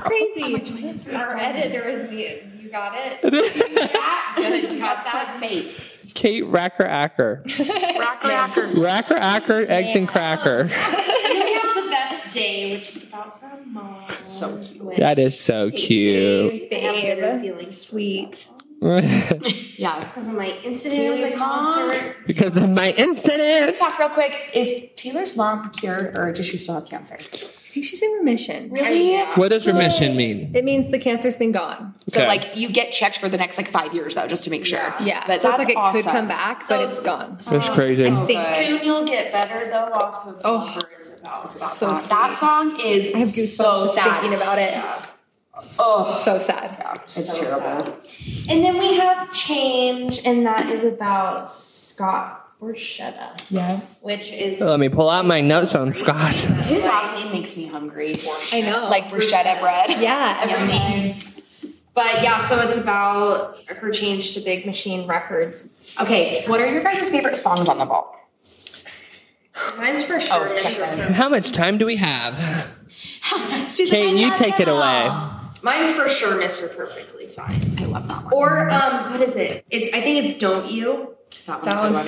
C: Crazy.
D: Our editor is the you got it. You got good. You got that mate.
F: Kate Racker Acker.
B: Racker, racker.
F: Racker Acker, eggs and cracker.
D: And then we have the best day, which is about her mom. So cute.
F: That is so cute.
C: Sweet.
J: yeah.
D: Because of my incident with concert.
F: [laughs] because of my incident.
B: Talk real quick. Is Taylor's mom cured or does she still have cancer?
C: I think she's in remission.
D: Really?
F: What does remission mean?
C: It means the cancer's been gone.
B: So
F: Okay.
B: like you get checked for the next like five years though, just to make sure.
C: Yeah.
B: But
C: so
B: that's
C: it's like it
B: awesome.
C: could come back, but it's gone.
F: That's crazy.
D: Soon you'll get better though off of oh, Isabel.
C: so
D: that.
C: sweet.
B: That song is
C: I have goosebumps
B: so
C: just
B: sad.
C: thinking about it.
B: Oh,
C: So sad.
B: it's terrible.
D: And then we have change, and that is about Scott Borchetta. Yeah. Which is
F: Let me pull out my notes on Scott.
B: His last name makes me hungry.
C: I know.
B: Like bruschetta bread.
C: yeah, every day.
D: but yeah, so it's about her change to Big Machine Records.
B: Okay, what are your guys' favorite songs on the vault?
D: Mine's for sure.
B: check
F: How much time do we have? Kate, you take it away.
D: Mine's for sure Mr. Perfectly Fine.
B: I love that one.
D: Or um, what is it? It's I think it's Don't You.
B: That one's,
C: That one's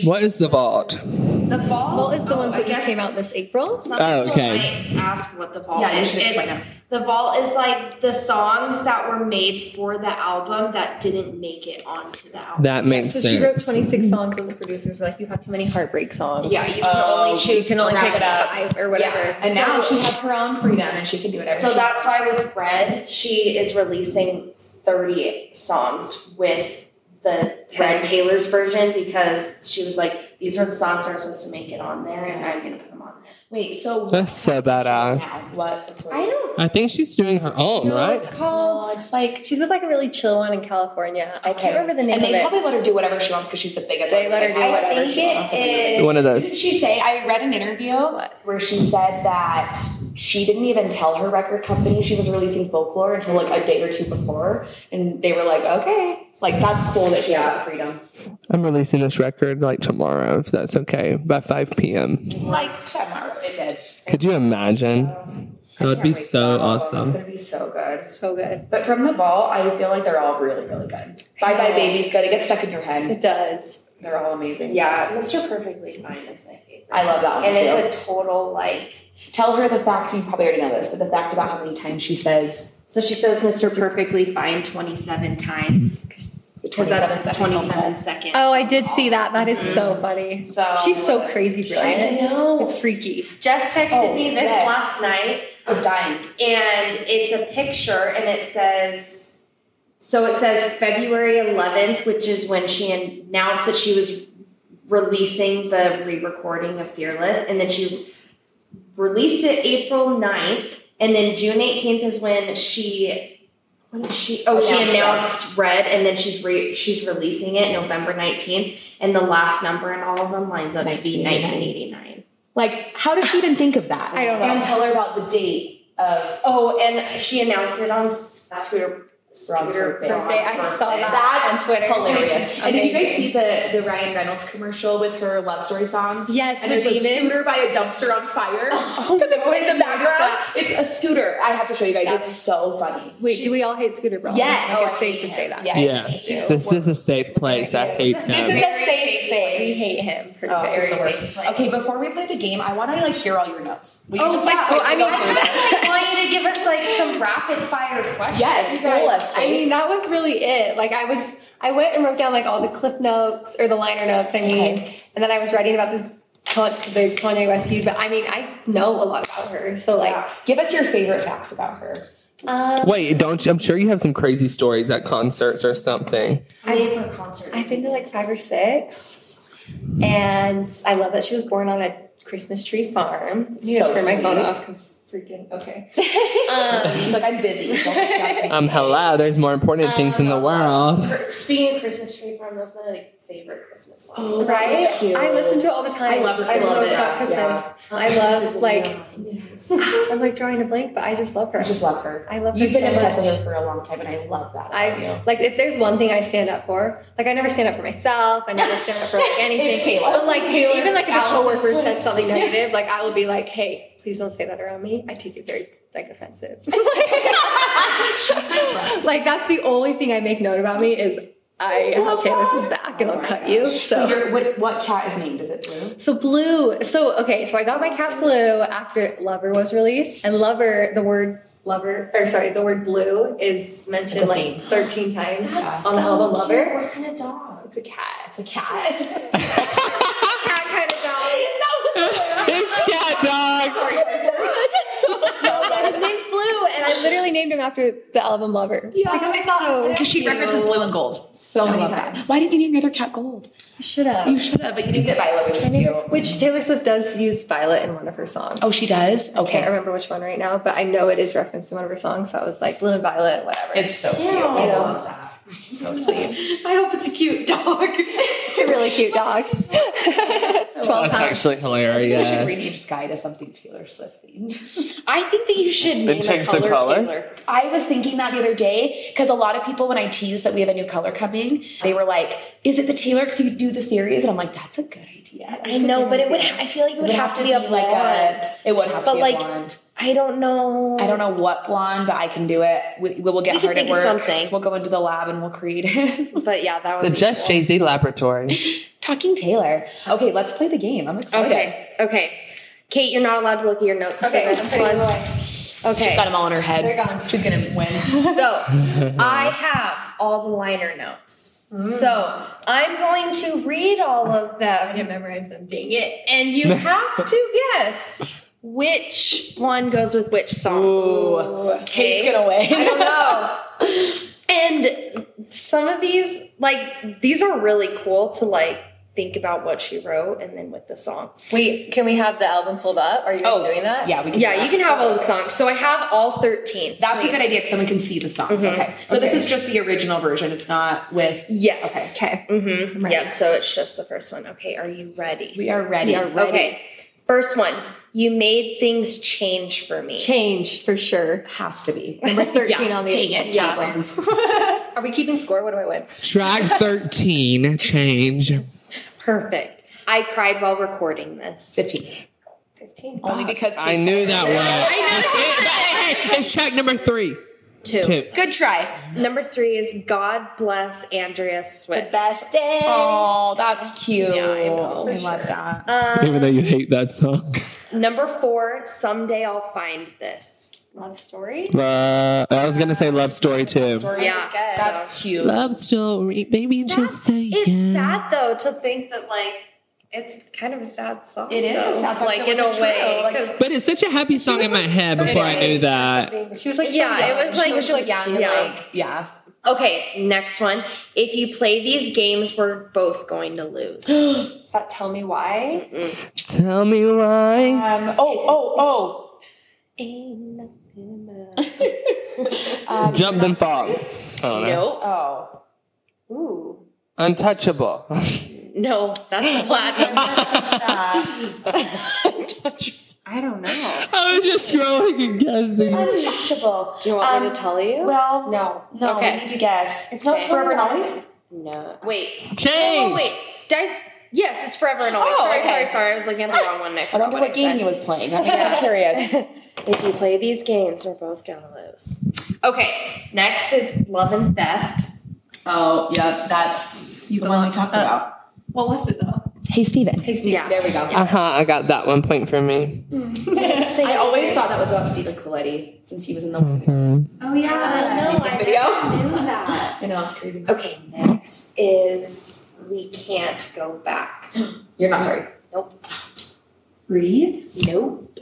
C: good.
F: What is the vault?
D: The Vault
C: What is the
D: one
C: ones that just came out this April?
D: Some
F: Oh,
D: people
F: okay.
D: might ask what the vault
B: Yeah, you
D: is.
B: should explain
D: It's- the vault is like the songs that were made for the album that didn't make it onto the album.
F: That makes
C: So she wrote
F: sense.
C: 26 songs, and the producers were like, "You have too many heartbreak songs.
D: yeah, you can only
C: you
D: choose
C: can only
D: wrap
C: pick
D: it up.
C: five or whatever."
D: Yeah.
B: Oh, And now
D: So-
B: she has her own freedom and she can do whatever.
D: So
B: she
D: that's why with Red, she is releasing 30 songs with the Red Taylor's version because she was like, these are the songs that are supposed to make it on there, and I'm gonna put them on there.
B: Wait, so
F: That's so badass.
B: what?
D: I don't.
F: I think she's doing her own,
C: No,
F: right?
C: it's called.
B: Oh, it's like
C: She's with like a really chill one in California. I can't remember the name
B: And they
C: of it.
B: probably let her do whatever she wants because she's the biggest.
C: They let
B: artist.
C: her do
B: I
C: whatever
B: think
C: she
B: it
C: wants.
B: is-
F: One of
B: What
F: those.
B: did she say? I read an interview where she said that she didn't even tell her record company she was releasing folklore until like a day or two before, and they were like, "Okay, like that's cool that she has that freedom."
F: I'm releasing this record like tomorrow, if that's okay, by 5 p.m.
B: Like tomorrow, it did.
F: Could you imagine? That would be so
B: It's
F: awesome.
B: gonna be so good.
C: so good.
B: But from the ball, I feel like they're all really, really good. Bye bye, baby's good. It gets stuck in your head.
C: It does.
B: They're all amazing.
D: Yeah, Mr. Perfectly Fine is my favorite.
B: I love that one
D: And
B: too.
D: it's a total like.
B: Tell her the fact. You probably already know this, but the fact about how many times she says
D: So she says Mr. Perfectly Fine 27 times
B: the
D: because
B: twenty-seven
D: that's
B: second phone
D: 27
B: call.
D: seconds.
C: Oh, I did see that. That is so funny.
B: So
C: She's so crazy brilliant.
B: I know.
C: It's, it's freaky.
D: Jess texted
B: Oh,
D: me this
B: yes.
D: last night
B: I was dying.
D: and it's a picture and it says so it says february 11th which is when she announced that she was releasing the re-recording of fearless and then she released it april 9th and then june 18th is when she when did she oh
B: Announced
D: she
B: Red.
D: announced red and then she's re, she's releasing it november 19th and the last number in all of them lines up to be 1989
B: Like, how does she even think of that?
C: I don't know.
B: And tell her about the date of
D: Oh, and she announced it on S- Scooter.
B: Ron's
D: Scooter
B: birthday.
D: Braun's
C: Birthday. I saw
D: birthday.
C: that.
B: that's
C: on Twitter.
B: hilarious. [laughs] and did you guys
C: Amazing.
B: see the the Ryan Reynolds commercial with her love story song?
C: Yes,
B: And
C: the
B: there's a
C: demon.
B: scooter by a dumpster on fire. [laughs] Oh, in the background, it's a scooter. I have to show you guys. It's so funny.
C: Wait, do we all hate Scooter Braun?
B: Yes.
C: I think it's safe to say that.
B: Yes.
F: Yes, this is a safe place. I hate
B: This is
F: them.
B: a safe
C: We
B: space.
C: hate him. For
B: Oh,
C: very
B: it's the worst.
C: safe.
B: Okay, before we play the game, I want to like hear all your notes. We can
C: Oh,
B: just like,
C: wow.
B: quickly
C: I mean-
B: go through them.
D: I want you to give us like some rapid fire questions.
B: yes, school us.
C: I mean, that was really it. Like, I was, I went and wrote down like all the cliff notes or the liner notes. I mean, and then I was writing about this Con- the Kanye West feud. But I mean, I know a lot about her. So like,
B: give us your favorite facts about her.
C: um,
F: Wait, don't you? I'm sure you have some crazy stories at concerts or something.
D: I did for concerts.
C: I think they're like five or six. And I love that she was born on a Christmas tree farm. I need
B: So
C: to turn my phone
B: sweet.
C: off because
B: [laughs]
C: freaking okay. um,
B: Look, I'm busy. Don't distract me.
F: Um, hello, there's more important things in the world.
D: Speaking of Christmas tree farm, that's my like favorite Christmas song.
C: right? I listen to it all the time.
I: I love it.
C: I'm
I: I
C: so
I: love it.
C: stuck Christmas.
I: Yeah.
C: I love like [laughs] I'm like drawing a blank, but I just love her.
B: I just love her.
C: I love her
B: You've been
C: so
B: obsessed
C: much.
B: with her for a long time, and I love that. about you.
C: I like if there's one thing I stand up for, like I never stand up for myself. I never stand up for like anything.
B: Taylor.
C: But like
B: Taylor
C: even like if a
B: Allison
C: coworker
B: Swift.
C: says something negative, like I will be like, hey, please don't say that around me. I take it very like offensive.
B: [laughs]
C: like that's the only thing I make note about me is I
B: Oh,
C: have Taylor's back and I'll cut you.
B: So, your what, what cat is named? Is it Blue?
C: So blue. So okay. So I got my cat blue after Lover was released, and Lover, the word Lover, or sorry, the word blue is mentioned like thirteen times on the album Lover. [laughs]
B: What kind of dog?
C: It's a cat.
B: It's a cat. [laughs]
C: Cat kind of dog.
B: [laughs]
F: It's cat dog.
C: So, but his name's Blue, and I literally named him after the album Lover. Yeah, because I thought
B: Because she references blue and gold.
C: so many times.
B: Why didn't you name your other cat gold?
C: Should have.
B: should have, but you didn't get Violet, which is cute.
C: Which Taylor Swift does use Violet in one of her songs.
B: Oh, she does.
C: I can't
B: Okay,
C: remember which one right now, but I know it is referenced in one of her songs. So I was like Blue and Violet, whatever.
B: it's so cute. I love that. So sweet.
D: I hope it's a cute dog.
C: It's a really cute dog. [laughs] Twelve pounds.
F: That's
B: [laughs]
F: actually
B: We should
F: hilarious.
B: rename Sky to something Taylor Swift themed.
D: I think that you should name a
F: change the
D: color,
F: color?
D: Taylor.
B: I was thinking that the other day because a lot of people, when I teased that we have a new color coming, they were like, "Is it the Taylor?" Because you do the series, and I'm like, "That's a good idea."
D: I know, but it would. I feel like it would have, to be a
B: like a.
D: blonde.
B: It would have
D: But
B: to be
D: like-
B: a blonde.
D: I don't know.
B: I don't know what blonde, but I can do it. We, we will get
D: We can
B: hard at
D: think of
B: work.
D: something.
B: We'll go into the lab and we'll create it. [laughs]
D: But yeah, that would
F: The
D: be
F: Just
D: cool.
F: Jay Z Laboratory.
B: Talking Taylor. Okay, let's play the game. I'm excited.
D: Okay, okay. Kate, you're not allowed to look at your notes okay, for this one. Okay,
B: Got them all in her head. They're gone. She's gonna
D: [laughs]
B: win.
D: so I have all the liner notes. So I'm going to read all of them. I didn't memorize them. Dang it! And you have to guess which one goes with which song. okay.
B: Kate's gonna win.
D: I don't know. and some of these, like these, are really cool to like think about what she wrote and then with the song. Oh,
C: Wait, can we have the album pulled up? Are you guys doing that?
B: Yeah, we can.
D: Yeah, you can have all the songs. So I have all thirteen.
B: That's a good idea because then we can see the songs.
D: Mm-hmm.
B: Okay. So this is just the original version. It's not with.
D: Yes.
B: Okay.
D: Mm-hmm. Yep. So it's just the first one. Okay. Are you ready?
B: We are ready.
D: Okay. First one. You made things change for me.
C: Change for sure.
B: Has to be.
C: Number thirteen on the
B: Dang it. Kate
C: Yeah.
B: wins.
C: Are we keeping score? What do I win?
F: Track 13, change.
D: Perfect. I cried while recording this.
B: 15.
C: Fifteen.
B: Only because
F: I knew that was. It's, it- hey, hey, it's track number three.
D: Two.
F: Two.
B: Good try.
D: Number three is God bless Andrea Swift.
C: Best day.
B: Oh, that's cute.
D: Yeah, I know, for
B: love that.
D: Uh,
F: Even though you hate that
D: [laughs]
F: song.
D: Number four, someday I'll find this.
C: Love story.
F: Uh, I was gonna say love story too.
D: Yeah.
B: That's cute.
F: Love story, baby, just say
D: It's
F: yeah.
D: sad though to think that like it's kind of a sad song.
B: It is a
D: though,
B: sad song,
D: like
B: so
D: in a
B: it's
D: way.
B: true, like-
D: 'cause-
F: But it's such a happy song in my head before I knew that.
C: She was like, so
D: yeah,
C: young.
D: it was like
B: she was just young and
D: yeah.
B: like, yeah.
D: Okay, next one. If you play these games, we're both going
B: [gasps]
D: to lose.
C: Does that tell me why?
F: Tell me why.
B: Um, oh, oh,
F: [laughs] Jump and fall. I don't know.
B: oh. Oh.
C: Ooh.
F: Untouchable.
D: No, that's the platinum.
C: I don't know.
F: I was just scrolling and
B: [laughs]
F: guessing.
B: Untouchable. Um,
D: Do you want me to tell you?
B: Well,
C: No.
B: no,
D: Okay.
B: we need to guess. It's
D: not
B: forever and always?
D: No. Wait. Oh,
F: Change.
D: wait. Dice. Yes, it's forever and always.
B: Oh,
D: sorry,
B: okay.
D: sorry, sorry. I was looking at the wrong one. and I
B: I
D: forgot
B: wonder
D: what,
B: what
D: I
B: game
D: said.
B: he was playing.
D: [laughs]
B: That makes me curious.
D: If you play these games, we're both gonna lose. Okay, next is Love and Theft.
B: Oh, yeah, that's the one we talked about.
C: What was it though?
B: Hey, Steven.
C: Hey, Steve.
D: Yeah.
B: There we go.
F: Uh huh. I got that one point for me.
B: I always thought that was about Stephen Coletti since he was in the
I: Hmm.
D: Oh yeah,
B: music video.
D: knew that.
B: I know it's crazy.
D: Okay, next is We Can't Go Back.
B: [gasps] You're not sorry.
D: Nope.
C: Breathe.
D: Nope.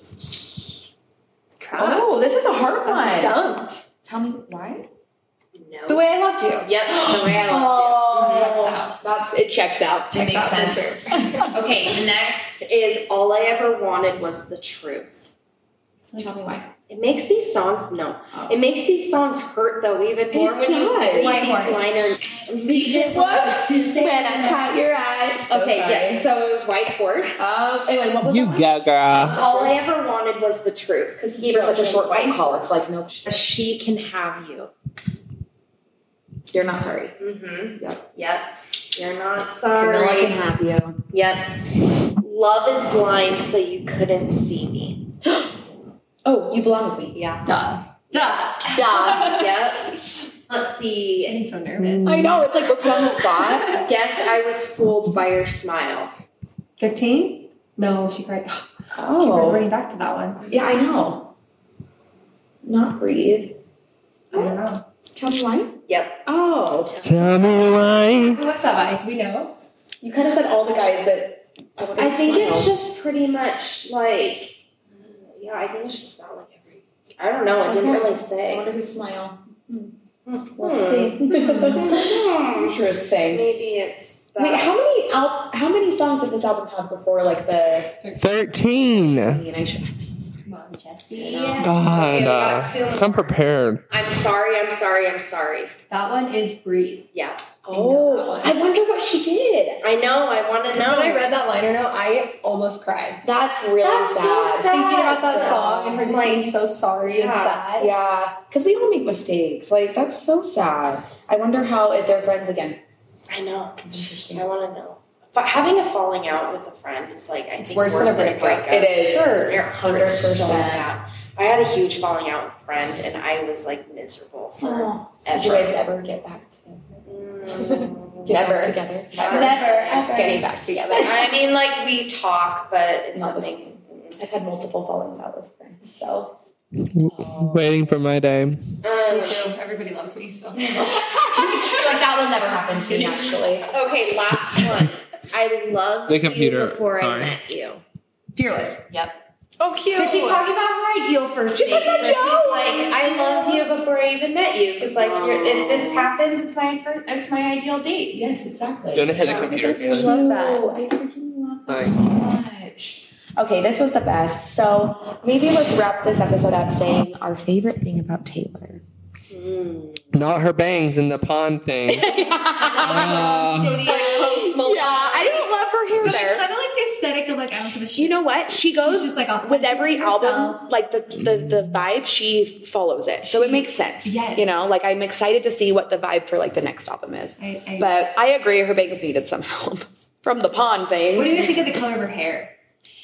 D: Crap.
B: Oh, this is a hard one.
C: Stumped.
B: Tell me why.
D: No.
C: The way I loved you.
D: Yep, the way I
B: Oh.
D: loved you.
B: checks out. That's it. Checks out. It
C: Checks
B: makes
C: out
I: [laughs]
B: sense. [laughs]
C: for
D: Okay, next is All I Ever Wanted Was the Truth.
I: Tell me why.
D: It makes these songs no.
B: Oh.
D: It makes these songs hurt though even more when you
I: does.
D: read
I: White
D: these liner.
I: Leave it was Tuesday when I caught your eyes.
D: okay, yes. So it was White Horse.
B: Oh,
I: Um, anyway, what was
F: You go, girl.
D: All I ever wanted was the truth because
B: He gave her such a short phone call. It's like, no,
D: She can have you.
I: You're not sorry.
D: Mm-hmm.
I: Yep.
D: Yep. You're not
I: Camilla can
D: sorry.
I: have you.
D: Yep. Love is blind, so you couldn't see
I: [gasps]
D: me.
B: oh, you belong with me.
D: Yeah.
C: Duh. Duh.
I: Duh.
D: [laughs] yep.
I: [laughs]
D: Let's see.
C: Getting so nervous.
B: I know. It's like we're put on the [laughs] spot.
D: Guess I was fooled by your smile.
C: 15? No, she cried. I was
B: Oh,
C: running back to that one.
B: yeah, I know.
I: Not breathe.
C: I don't know.
I: Tell me why.
D: Yep.
I: Oh.
F: Tell me why.
C: Who was that by? Do we know?
I: You kind of said all the guys that I would
D: I think it's just pretty much like, yeah, I think it's just about like every. I don't know. It didn't
I: Okay.
D: really
I: I
D: say.
I: wonder who smile.
D: Hmm.
I: Let's see.
B: [laughs]
I: Interesting.
D: Maybe it's. That.
B: Wait, how many al- how many songs did this album have before like the?
F: 13.
B: I mean, I should. I'm so sorry.
D: Yeah. Okay, we
F: God. uh,
D: got two more.
F: I'm prepared.
D: I'm sorry. I'm sorry. I'm sorry.
C: That one is Breathe.
D: Yeah.
B: Oh, I wonder what she did.
D: I know. I want to
C: Because
D: know.
C: when I read that liner note, I almost cried.
B: That's really
D: That's so
B: sad.
D: sad.
C: Thinking about that song and her just
D: Like,
C: being so sorry and
D: yeah.
C: sad.
B: Yeah, because we all make mistakes. Like that's so sad. I wonder how if they're friends again.
D: I know. I want to know. But having a falling out with a friend is like I think
C: worse than a breakup.
D: breakup.
B: It is.
D: Sure. You're 100
B: 100%.
D: percent. I had a huge falling out with a friend, and I was like miserable for
B: Oh, did you
D: ever.
B: guys ever get back together?
D: Mm.
B: Get
C: Never.
B: back together.
C: Never,
D: Never, ever.
C: getting back
B: [laughs]
C: together.
D: I mean, like we talk, but it's
B: Not the
D: nothing.
B: I've had multiple fallings out with friends. So
F: Waiting for my day.
D: Um,
C: Everybody loves me, so.
B: like that will never happen to me. Actually,
D: okay, last one. I love
F: The computer,
D: You before
F: sorry.
D: I met you.
B: fearless.
D: Oh, cute. Because she's talking about her ideal first she's date. so She's like, I loved you before I even met you. Because like, you're, if this happens, it's my first, it's my ideal date.
B: Yes, exactly.
F: You want to hit the computer?
B: That's
F: Kayla?
B: love
D: Love
B: I freaking love that so much. Okay, this was the best. So maybe let's wrap this episode up saying our favorite thing about Taylor.
F: Not her bangs and the pond thing. Uh,
C: It's like [laughs] post Malone.
B: I didn't love her hair
C: It's kind of like the aesthetic of like I don't give a shit.
B: You know what? She goes
C: She's just like authentic
B: with every
C: herself.
B: album, like the, the the vibe, she follows it. So it makes sense.
C: yes.
B: You know, like I'm excited to see what the vibe for like the next album is.
C: I- I-
B: but I agree her bangs needed some help [laughs] from the pawn thing.
C: What do you guys think of the color of her hair?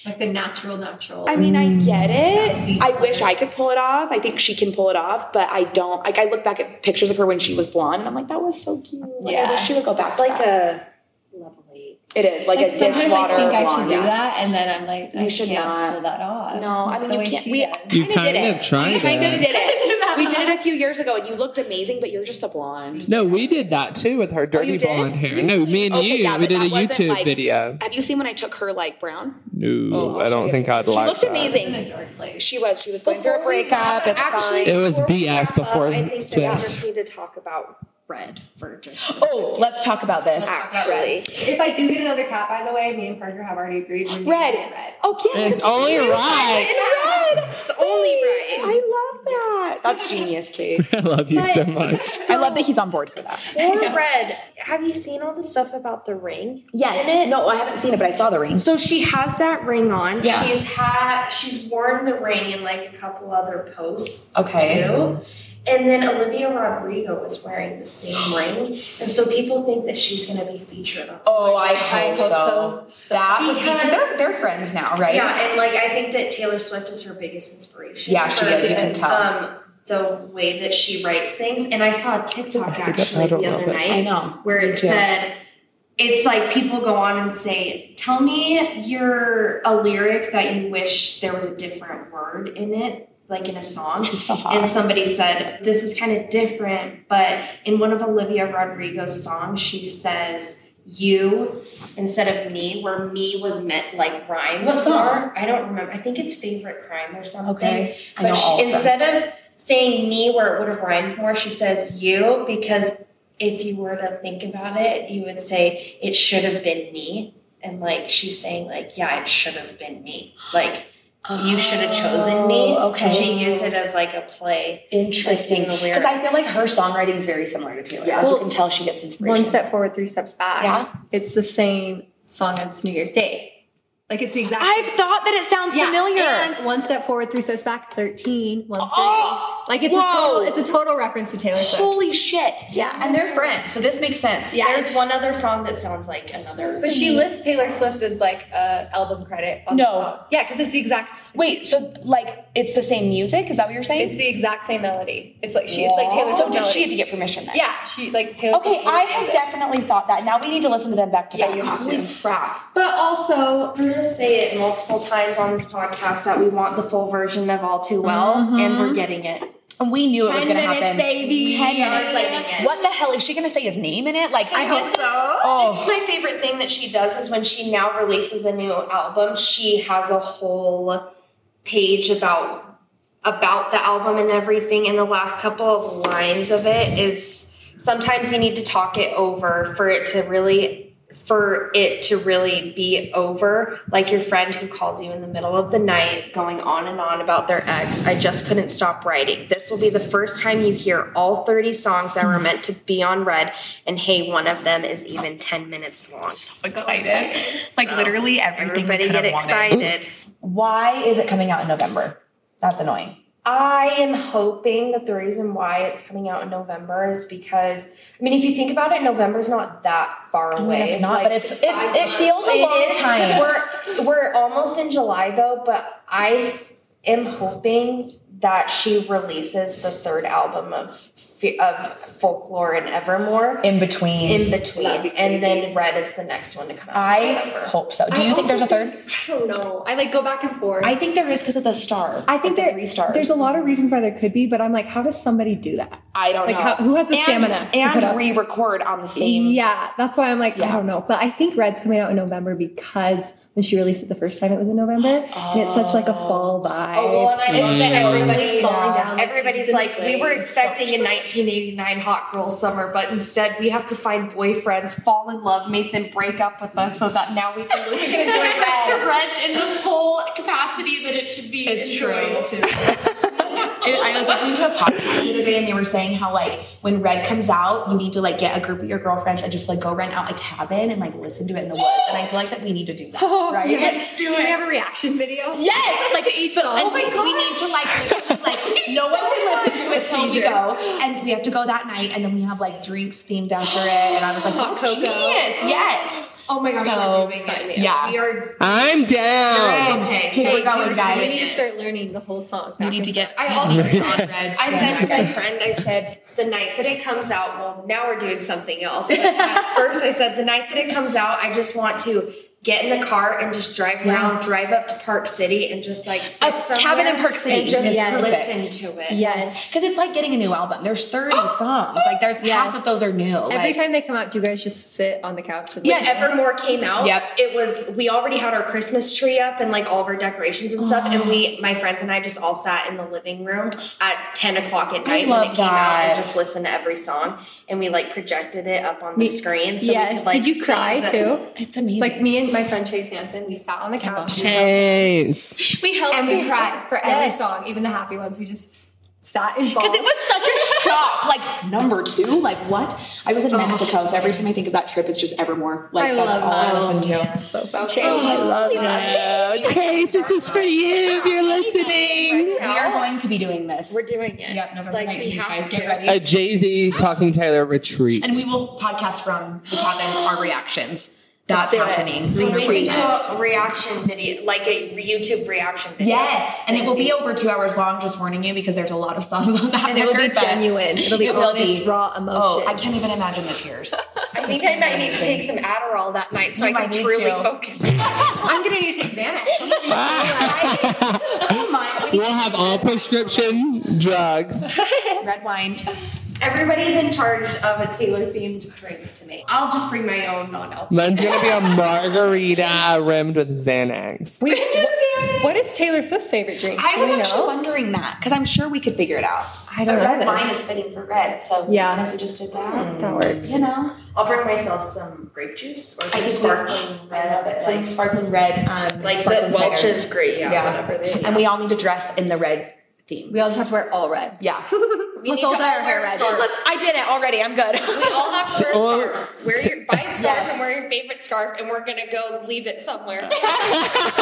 C: Like the natural, natural.
B: I mean, I get
C: Sweet.
B: it. I wish I could pull it off. I think she can pull it off, but I don't. Like, I look back at pictures of her when she was blonde, and I'm like, that was so cute. Like, I
C: Yeah.
B: wish she would go back.
D: That's
B: to
D: like
B: that.
D: a level eight.
B: it is like, a
C: sometimes
B: dishwater
C: I think I should
B: blonde.
C: do
B: yeah.
C: that, and then I'm like, I
B: You should
C: can't
B: not.
C: pull that off.
B: No, I mean
C: the
B: you
C: way
B: can't.
C: she
B: We
C: does.
F: You
B: kinda did
F: kind
B: it.
F: of tried
B: We kind
F: it.
B: of did it.
C: that.
B: we did it a few years ago, and you looked amazing, but you're just a blonde.
F: No, we did that too with her dirty
B: Oh, did?
F: blonde hair. No, me and
B: Okay,
F: you.
B: yeah,
F: we
B: but
F: did a
B: that wasn't,
F: YouTube
B: like-
F: video.
B: Have you seen when I took her like brown?
F: No,
B: I'll
F: I
B: show
F: don't
B: you.
F: think I'd
B: She
F: like
B: looked
F: that.
C: in
B: amazing.
C: a dark place.
B: She was. She was going through a
D: Before we
B: breakup. It's
D: actually,
B: fine.
F: It was
D: before we
F: BS
D: wrap
B: uh,
F: before
D: up, I think
F: Swift. [laughs]
D: that we need to talk about red for just
B: Oh, let's talk about this.
D: actually.
C: If I do get another cat, by the way, me and Parker have already agreed. We're gonna
B: Red.
C: get red.
B: Oh yes,
F: It's only
B: you
F: right.
B: are in red.
D: It's only
B: I
D: right.
B: love that. That's genius, Kate.
F: I love you so
B: [laughs]
F: much.
B: I love that he's on board for that.
D: Or red. Have you seen all the stuff about the ring?
B: Yes. No, I haven't seen it, but I saw the ring.
D: So she has that ring on.
B: Yeah.
D: She's had she's worn the ring in like a couple other posts
B: Okay.
D: too. And then Olivia Rodrigo is wearing
B: [gasps]
D: the same ring. And so people think that she's gonna be featured on
B: Oh, I
C: I hope so. so.
B: That would be-
D: Because-
B: they're, they're friends now, right?
D: Yeah, and like I think that Taylor Swift is her biggest inspiration.
B: Yeah, she
D: for
B: is, you
D: the-
B: can tell.
D: Um, the way that she writes things, and I saw a TikTok actually the other night
B: I know.
D: where
B: Me
D: it
B: too.
D: said it's like people go on and say tell me your a lyric that you wish there was a different word in it like in a song
B: She's still hot.
D: and somebody said this is kind of different but in one of olivia rodrigo's songs she says you instead of me where me was meant like rhymes
B: What song?
D: for- i don't remember i think it's favorite crime or something
B: Okay. I know
D: but
B: all
D: she,
B: of them.
D: instead of saying me where it would have rhymed more, she says you because if you were to think about it, you would say it should have been me. And like she's saying, like, yeah, it should have been me. Like you should have chosen me.
B: Oh, okay.
D: And she used it as like a play.
B: Interesting.
D: Like in the
B: Because I feel like
D: lyrics.
B: her songwriting is very similar to Taylor.
I: Yeah.
B: Like,
C: Well,
B: you can tell she gets inspiration.
C: One step forward, three steps back.
B: Yeah.
C: It's the same song as New Year's Day. Like it's the exact
B: I've thought that it sounds
C: yeah.
B: familiar.
C: And one step forward, three steps back, 13, one thing. like it's a total it's a total reference to Taylor Swift.
B: Oh, Holy shit.
C: yeah.
B: And they're friends, so this makes sense.
C: yeah.
D: There's one other song that sounds like another.
C: But she lists Taylor Swift as like a album credit on
B: No.
C: the song. Yeah, because it's the exact
B: Wait, so like it's the same music? Is that what you're
C: it's
B: saying?
C: the exact same melody. It's like she it's like Taylor
B: so
C: Swift.
B: did she have to get permission then?
C: Yeah, she like Taylor
B: Okay,
C: Swift
B: I
C: uses
B: have
C: it.
B: definitely thought that. Now we need to listen to them back to
C: Yeah,
B: back.
C: you have
B: Holy crap.
D: But also, I'm gonna say it multiple times on this podcast that we want the full version of All Too Well, and we're getting it.
B: And we knew it was
C: Ten
B: gonna
C: minutes,
B: happen.
C: baby.
B: Ten minutes, like what the hell is she gonna say his name in it? Like I hope so. Oh.
D: This is my favorite thing that she does is when she now releases a new album, she has a whole page about about the album and everything and the last couple of lines of it is sometimes you need to talk it over for it to really for it to really be over like your friend who calls you in the middle of the night going on and on about their ex i just couldn't stop writing this will be the first time you hear all 30 songs that were meant to be on red and hey one of them is even 10 minutes long
B: Excited. Like literally everything. we
D: everybody
B: could
D: get
B: have wanted.
D: excited
B: Why is it coming out in November? That's annoying.
D: I am hoping that the reason why it's coming out in November is because I mean, if you think about it, November's not that far
B: I
D: away.
B: mean, it's not, but it's it's it feels a
D: It
B: long
D: is.
B: time.
D: We're we're almost in July though, but I am hoping that she releases the third album of Fe- of Folklore and Evermore
B: in between.
D: in between, and then Red is the next one to come out. in
B: I
D: November.
B: hope Oh, so. Do you think there's a third?
C: I don't know. I like go back and forth.
B: I think there is because of the star.
C: I
B: Like,
C: think
B: the
C: there,
B: three stars.
C: there's a lot of reasons why there could be, but I'm like, how does somebody do that?
B: I don't
C: Like,
B: know.
C: how, who has the
B: and,
C: stamina to put
B: and
C: up?
B: re-record on the same.
C: Yeah, that's why I'm like, I don't know. But I think Red's coming out in November because when she released it the first time, it was in November, and it's such like a fall vibe.
D: Oh, well, and I love that everybody's
C: slowing down the
D: Everybody's
C: pieces
D: like,
C: of
D: we were
C: things.
D: expecting a 1989 hot girl summer, but instead we have to find boyfriends, fall in love, make them break up with us, so that now we can [laughs] listen to Red. to Red in the full capacity that it should be. It's true.
B: I was listening to a podcast the other day, and they were saying how like when Red comes out, you need to like get a group of your girlfriends and just like go rent out a cabin and like listen to it in the woods. And I feel like that we need to
C: [laughs]
B: do that, right? Let's do
C: we have a reaction video.
B: Yes, like
C: each
B: but-
C: song.
B: Oh my god, we need to like, like no one can listen to it till we go, and we have to go that night, and then we have like drinks themed after it. And I was like, that's genius. Yes.
D: Oh my gosh,
B: So,
D: we're doing it.
B: yeah.
D: We are
F: I'm down.
D: okay.
B: Okay, we're going,
C: We need
B: guys.
C: to start learning the whole song.
B: You need to get.
D: I also
B: Reds.
D: I said to my friend, I said, the night that it comes out, well, now we're doing
B: [laughs]
D: something else. But at first, I said, the night that it comes out, I just want to get in the car and just drive around, drive up to Park City and just like sit
B: A
D: somewhere
B: cabin in Park City
D: and just
B: is perfect.
D: listen to it.
C: yes.
B: Because it's like getting a new album. There's 30 songs. Like there's half of those are new.
C: Every
B: Like,
C: time they come out, do you guys just sit on the couch? And
B: Yes.
C: like,
D: Evermore came out.
B: Yep.
D: It was we already had our Christmas tree up and like all of our decorations and stuff. And we my friends and I just all sat in the living room at ten o'clock at night when
B: love
D: it came out
B: that.
D: and just listened to every song. And we like projected it up on the screen. So we
C: yes.
D: could like
C: Did you
D: sing
C: cry
D: the-
C: too?
B: it's amazing.
C: Like me and my friend Chase Hansen, we sat on the couch
F: Thanks.
B: we held
C: and we cried for every
B: Yes.
C: song, even the happy ones. We just sat in
B: Because it was such a shock. Like number two, like what? I was in Mexico, so every time I think of that trip, it's just Evermore. Like
C: I
B: that's
C: love
B: all I
C: that.
B: listen to.
C: so fun.
F: Chase, this is for you if you're listening.
B: We are going to be doing this. We're
D: doing it.
B: Yep, November
D: Like, we
B: 19th,
D: have
B: guys.
D: to.
B: Get ready.
F: A Jay Z talking Taylor retreat.
B: and we will podcast from the cabin our reactions. That's
C: do it.
B: happening.
D: We can
B: 100%.
D: do a reaction video, like a YouTube reaction video.
B: Yes, and it will be over two hours long. Just warning you because there's a lot of songs on that.
C: And it will be
B: record, but
C: genuine. It'll be
B: it will
C: honest,
B: be.
C: raw emotion.
B: Oh, I can't even imagine the
C: [laughs]
B: tears.
D: I think I might need to take some Adderall that night so
B: You
D: I
B: might need
D: can truly
B: to.
D: focus. [laughs]
C: I'm gonna need to take Xanax.
B: oh my!
F: [laughs] We'll have all prescription drugs.
B: Red wine.
D: Everybody's in charge of a Taylor themed drink to make. I'll just bring my own non alcoholic.
F: Mine's gonna be a margarita rimmed with Xanax.
G: We,
C: What is Taylor Swift's favorite drink?
G: I
C: Do
G: was
C: we
G: actually
C: know?
G: wondering that because I'm sure we could figure it out.
C: I don't know.
I: Red
C: this.
I: wine is fitting for red, so
C: Yeah.
I: if we just did that,
C: that works.
I: you know.
D: I'll bring myself some grape juice or
I: I
D: some
I: just
D: sparkling
I: I love it.
G: Like
I: Like,
G: sparkling red, um,
D: Like the
G: sparkling
D: Welch
G: cider.
D: is great, yeah,
G: Yeah.
D: whatever they
G: and we all need to dress in the red theme.
C: We all just have to wear all red.
G: Yeah,
C: We Let's all dye our hair red.
G: Let's- I did it already. I'm good.
C: [laughs]
D: We all have to wear a
F: Or-
D: scarf. Wear your, buy a scarf and wear your favorite scarf, and we're gonna go leave it somewhere.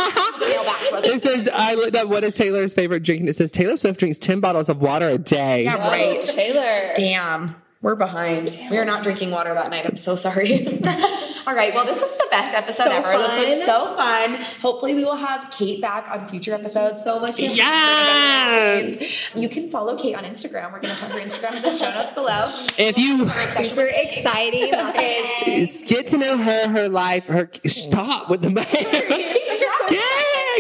F: It says I looked up what is Taylor's favorite drink, and it says Taylor Swift drinks ten bottles of water a day.
G: Yeah, right.
C: Taylor.
G: Damn. We're behind. We are not drinking water that night. I'm so sorry. [laughs] All right. Well, this was the best episode
C: So
G: ever. This was
C: fun.
G: so fun. Hopefully, we will have Kate back on future episodes. So much.
F: Yes.
G: You can follow Kate on Instagram. We're going to put her Instagram in the show notes below.
F: If you
C: Super exciting.
F: get to know her, her life, her stop with the [laughs] mic. Yeah,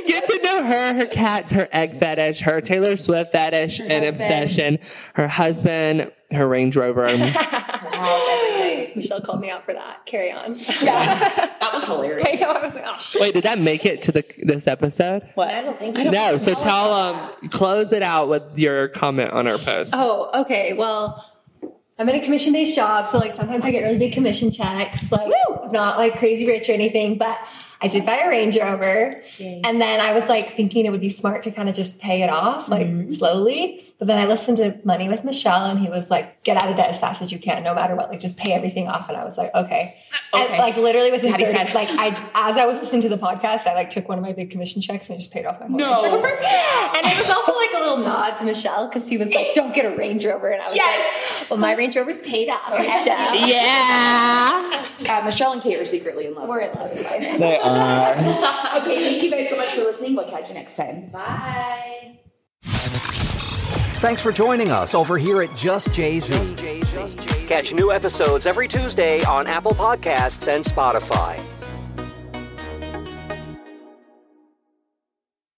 F: get to know her, her cats, her egg fetish, her Taylor Swift fetish and obsession, her husband, her Range
G: [laughs]
F: Rover.
C: [laughs] Michelle called me out for that. Carry on.
G: That was hilarious.
C: [laughs] I know. I was like, oh, shit.
F: Wait, did that make it to the this episode?
G: What?
F: No. So tell um, close it out with your comment on our post.
C: Oh, okay. Well, I'm in a commission based job, so like sometimes I get really big commission checks. Like I'm not like crazy rich or anything, but I did buy a Range Rover. And then I was like thinking it would be smart to kind of just pay it off like
G: Mm-hmm.
C: slowly. But then I listened to Money with Michelle and he was like, get out of debt as fast as you can, no matter what. Like just pay everything off. And I was like, okay. And,
G: Uh, Okay.
C: like literally within
G: Daddy
C: 30
G: said.
C: like I as I was listening to the podcast, I like took one of my big commission checks and I just paid off my whole
G: No.
C: Range Rover. [laughs] And it was also like a little nod to Michelle because he was like, don't get a Range Rover. And I was like, well, my Range Rover's paid off, [laughs] Michelle.
F: Yeah.
G: Uh, Michelle and Kate are secretly in love.
C: We're in love with Spider-Man.
F: They
G: [laughs]
F: are.
I: okay, thank you guys so much for listening. We'll catch you next time.
K: Thanks for joining us over here at Just Jay Z. Catch new episodes every Tuesday on Apple Podcasts and Spotify.